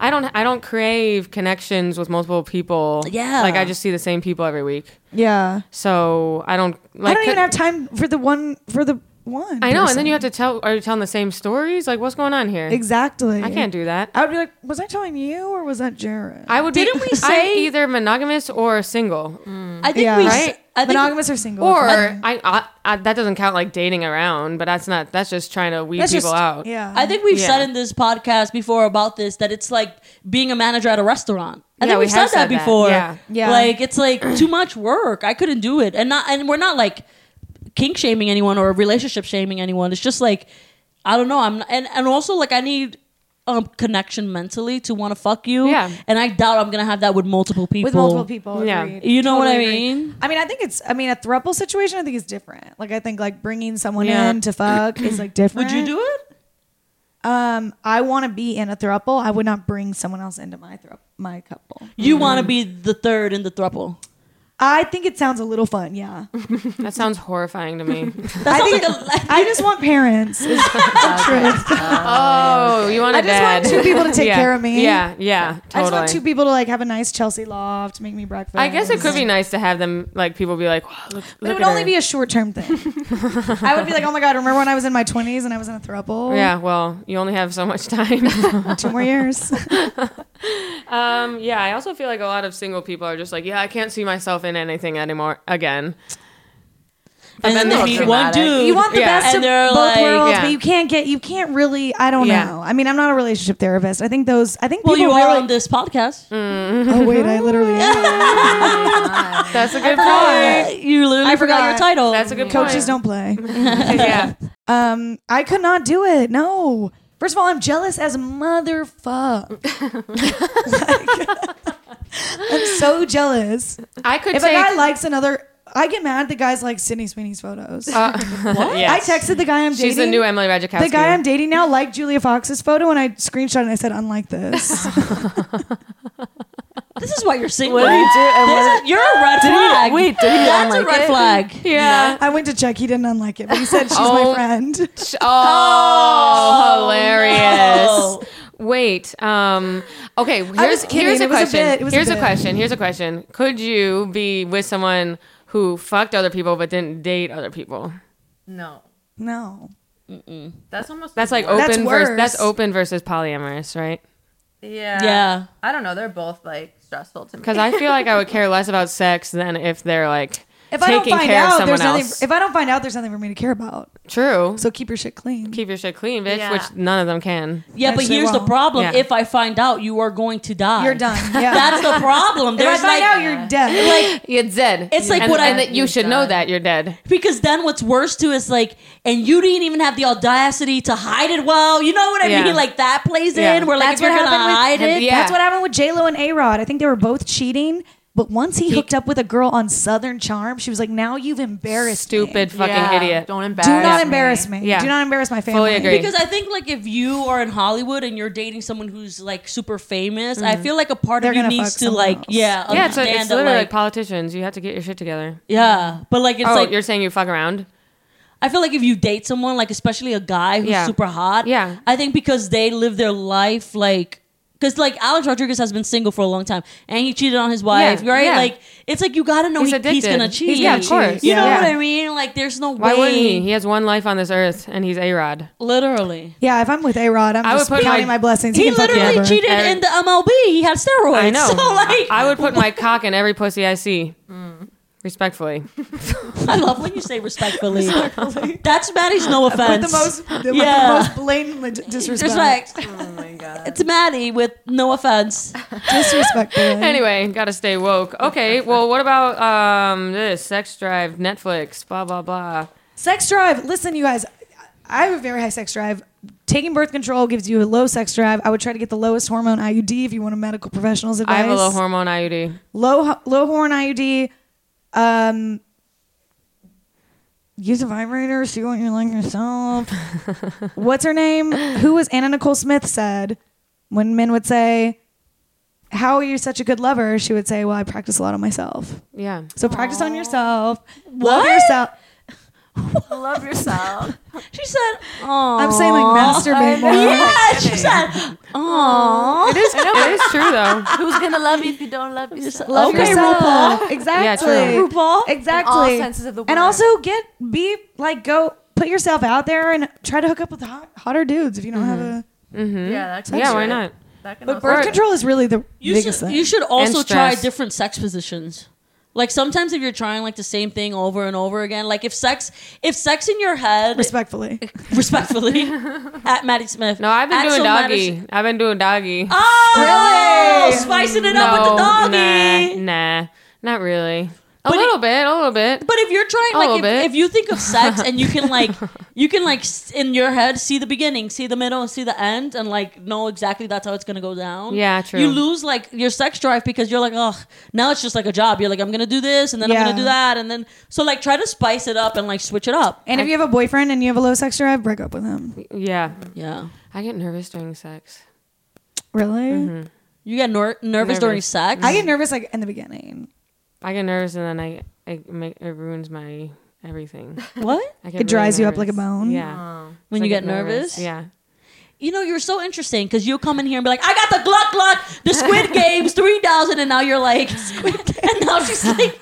I don't I don't crave connections with multiple people. Yeah. Like I just see the same people every week. yeah. So I don't I like don't even have time for the one for the one. I know, and person. then you have to tell are you telling the same stories? Like what's going on here? exactly. I can't do that. I would be like, was I telling you or was that Jared? I would Didn't be we I'm say- either monogamous or single. I think we. Right? s- I think monogamous or single. Or fine. I, I, I that doesn't count like dating around, but that's not that's just trying to weed That's people just- out. Yeah, I think we've Yeah. said in this podcast before about this that it's like being a manager at a restaurant. I Yeah, think we we've have said, that said that. before. Yeah. Yeah. Like it's like too much work. I couldn't do it. And not and we're not like kink shaming anyone or relationship shaming anyone. It's just like I don't know. I'm and, and also like I need um connection mentally to want to fuck you. Yeah. And I doubt I'm gonna have that with multiple people. with multiple people. Yeah. agreed. You know what I agree. mean? I mean, I think it's. I mean, a throuple situation, I think is different. Like, I think like bringing someone Yeah. in to fuck is like different. Would you do it? Um, I want to be in a throuple. I would not bring someone else into my thrup- my couple. Mm-hmm. You want to be the third in the thruple. I think it sounds a little fun. Yeah, That sounds horrifying to me. That sounds like a I just want parents. is the truth. oh, you want a I just dad. want two people to take Yeah. care of me. Yeah, yeah, totally. I just want two people to like have a nice Chelsea loft, make me breakfast. I guess it could be nice to have them like people be like, wow, look, But it would only be a short term thing. I would be like, oh my god, remember when I was in my twenties and I was in a throuple? yeah. Well, you only have so much time. two more years. um, yeah, I also feel like a lot of single people are just like, yeah, I can't see myself in anything anymore again. and then then they they're meet one dramatic. dude. you want the Yeah. best And of they're both like- worlds, Yeah. but you can't get. You can't really. I don't Yeah. know. I mean, I'm not a relationship therapist. I think those. I think well, people you are really- on this podcast. Oh wait, I literally. That's a good Uh, point. you literally I forgot. your forgot. title. That's a good Coaches point. don't play. yeah. Um, I could not do it. No. First of all, I'm jealous as motherfuck. Like, I'm so jealous. I could If a take. guy likes another, I get mad. The guys like Sydney Sweeney's photos. uh, I yes. texted the guy I'm dating. She's the new Emily Ratajkowski. the guy I'm dating now liked Julia Fox's photo, and I screenshot and I said, "Unlike this." This is why you're single. What do you do? And This what- is- you're a red flag. wait, did he That's unlike a red it? flag. yeah. I went to check. He didn't unlike it, but he said, "She's Oh. my friend." Sh- Oh, hilarious. Oh. no. Wait. Um, okay. Here's was kidding. here's a It was a question. bit. It was a here's a, bit. question. Here's a question. Could you be with someone who fucked other people but didn't date other people? No, No. that's almost. That's like That's open versus that's worse. open versus polyamorous, right? yeah, Yeah. I don't know. They're both like stressful to me. Because I feel like I would care less about sex than if they're like If I don't taking find care of out, someone there's nothing. else. If I don't find out, there's nothing for me to care about. True. So keep your shit clean. Keep your shit clean, bitch. Yeah. Which none of them can. Yeah, but Actually, here's the well, problem. yeah. If I find out, you are going to die. You're done. Yeah. That's the problem. if I There's find like, out, you're dead. like You're dead. It's like and, what I- and that you should know done. that you're dead. because then what's worse too is like, and you didn't even have the audacity to hide it well. You know what I Yeah. mean? Like that plays Yeah. in. We're like, That's if you're what gonna hide happened it, with, Yeah. That's what happened with J Lo and A Rod. I think they were both cheating. But once he, hooked up with a girl on Southern Charm, she was like, "Now you've embarrassed Stupid me. fucking Yeah, idiot. Don't Do embarrass. not me. embarrass me. Yeah. Do not embarrass my family." Fully agree. Because I think like if you are in Hollywood and you're dating someone who's like super famous, I feel like a part Mm-hmm. They're of you gonna needs fuck to someone like else. yeah yeah, it's, it's understand that, literally like, like, politicians. You have to get your shit together. yeah, but like it's oh, like you're saying you fuck around? I feel like if you date someone like especially a guy who's Yeah. super hot, Yeah. I think because they live their life like. Cause like Alex Rodriguez has been single for a long time, and he cheated on his wife, Yeah, right? yeah. Like it's like you gotta know He's he- he's addicted. gonna He's cheat. gonna Yeah, of course. cheat. You know Yeah. what I mean? Like there's no Why way. wouldn't he? He has one life on this earth, and he's a Rod. Literally, Yeah, if I'm with A Rod, I'm I would just put counting my- my, blessings. he can fuck literally whoever. cheated And- in the MLB. He had steroids. I know. So like, I would put my cock in every pussy I see, Mm. respectfully. I love when you say respectfully. That's Maddie's no offense. With the most, the, with Yeah. the most blatant disrespect. Respect. Oh my god. it's Maddie with no offense. Disrespectful. Anyway, gotta stay woke. Okay, well, what about um this sex drive, Netflix, blah blah blah. Sex drive. Listen, you guys, I have a very high sex drive. Taking birth control gives you a low sex drive. I would try to get the lowest hormone IUD if you want a medical professional's advice. I have a low hormone IUD. low low hormone IUD. Um, use a vibrator. See what you like yourself. What's her name? Who was Anna Nicole Smith said when men would say, "How are you such a good lover?" She would say, "Well, I practice a lot on myself." Yeah. So practice on yourself. Love yourself. Love yourself. She said, "Oh, I'm saying like masturbate more. yeah." She said, "Oh, It is, it is true though. Who's gonna love you if you don't love yourself? Love Okay, yourself. RuPaul. Exactly. Yeah, true. RuPaul. Exactly. In all senses of the And word. also get be like go put yourself out there and try to hook up with hot, hotter dudes if you don't have a. Yeah, that can Yeah, be why true. not? That can But also- birth control is really the You biggest should, thing. you should also And try stress. different sex positions. Like sometimes if you're trying like the same thing over and over again, like if sex, if sex in your head, respectfully. respectfully, at Maddie Smith. No, I've been at doing Soul doggy. Matters- I've been doing doggy. Oh, spicing it up with the doggy. Nah, nah, not really. A But it- little bit, a little bit. But if you're trying, A like, little if, bit. if you think of sex and you can, like, you can, like, s- in your head see the beginning, see the middle, and see the end, and, like, know exactly that's how it's going to go down. Yeah, true. You lose, like, your sex drive because you're like, oh, now it's just like a job. You're like, I'm going to do this, and then I'm Yeah. going to do that. And then, so, like, try to spice it up and, like, switch it up. And if you have a boyfriend and you have a low sex drive, break up with him. Yeah, Yeah. I get nervous during sex. Really? You get nor- nervous, Nervous. during sex. I get nervous like in the beginning. I get nervous and then I, I make, it ruins my everything. what? I get It dries really you up like a nervous. bone. Yeah. Um, When So I you get nervous? Yeah. You know, you're so interesting because you'll come in here and be like, I got the Gluck Gluck, the Squid Games, 3000. And now you're like, and now she's like,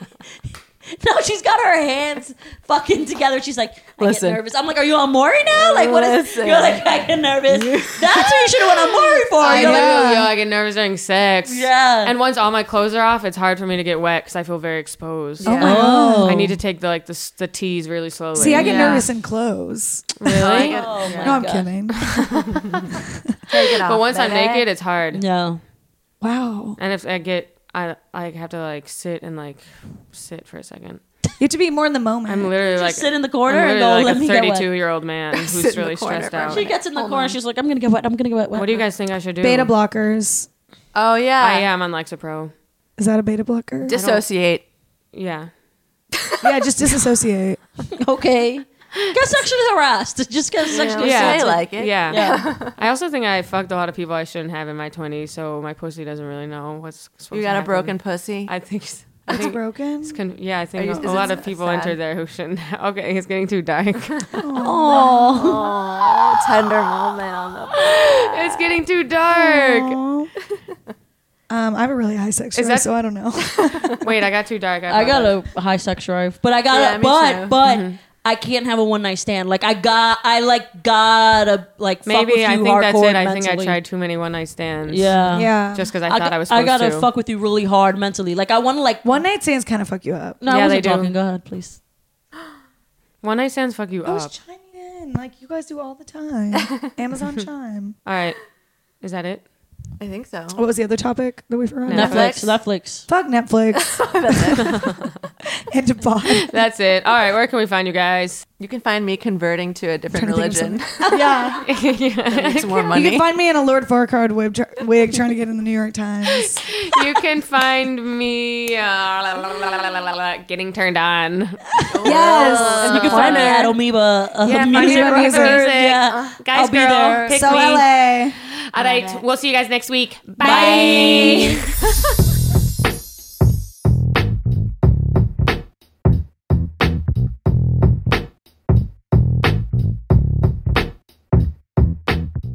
now she's got her hands fucking together. She's like, I Listen. get nervous. I'm like, are you on Maury now? Like, what is, Listen. you're like, I get nervous. That's what Oh, you should have went on Maury for. I You're know, like, yo, I get nervous during sex. Yeah. And once all my clothes are off, it's hard for me to get wet because I feel very exposed. Yeah. oh. I need to take the like the, s- the tees really slowly. See, I get Yeah. nervous in clothes. I really. get- Oh yeah. my no, I'm God. kidding. Take it off, But once I'm baby. naked, it's hard. No. Wow. And if I get, I I have to like sit and like sit for a second. You have to be more in the moment. I'm literally Just like sit in the I'm corner and literally like go, let a me get wet. 32 year old man Sit in who's the really corner stressed for a out. She second. gets in the corner. She's like, I'm going to get wet. I'm going to get wet. What do you guys think I should do? beta blockers. Oh yeah. I am on Lexapro. Is that a beta blocker? Dissociate. Yeah. yeah, just disassociate. Okay. Get sexually harassed. Just get sexually Yeah. I assaulted. like it. Yeah. Yeah. I also think I fucked a lot of people I shouldn't have in my 20s, so my pussy doesn't really know what's supposed You to got a happen. broken pussy. I think. s- I It's think broken. it's con- yeah, I think you- a- is a lot it of people sad? entered there who shouldn't. Have. Okay, it's getting too dark. Oh. Oh, tender moment on the. it's getting too dark. Aw. um, I have a really high sex drive, Is that- so I don't know. Wait, I got too dark. I apologize. got a high sex drive, but I got Yeah, to me but too. but I can't have a one night stand. Like I got, I like gotta like fuck with Maybe you I think that's hardcore it. I think I mentally. tried too many one night stands. Yeah, yeah. Um, Just because I thought I, got- was supposed I gotta to. fuck with you really hard mentally. Like I want to like one night stands kind of fuck you up. No, I Yeah, wasn't they do. talking. Go ahead, please. One night stands fuck you I was up. chiming in like you guys do all the time. Amazon chime. All right. Is that it? I think so. What was the other topic that we forgot? No. Netflix, Netflix. Netflix. Fuck Netflix. and to buy. That's it. All right. Where can we find you guys? You can find me converting to a different Trying to think of religion. Yeah. Makes more You money. can find me in a Lord Farquhar wig, tr- wig trying to get in the New York Times. you can find me uh, la, la, la, la, la, la, la, getting turned on. yes. you can find me at Amoeba. Uh, Yeah, find music. me at Amoeba Records. Music. Yeah. Guys, I'll be girl, there. pick So me. LA. All right. We'll see you guys next week. Bye.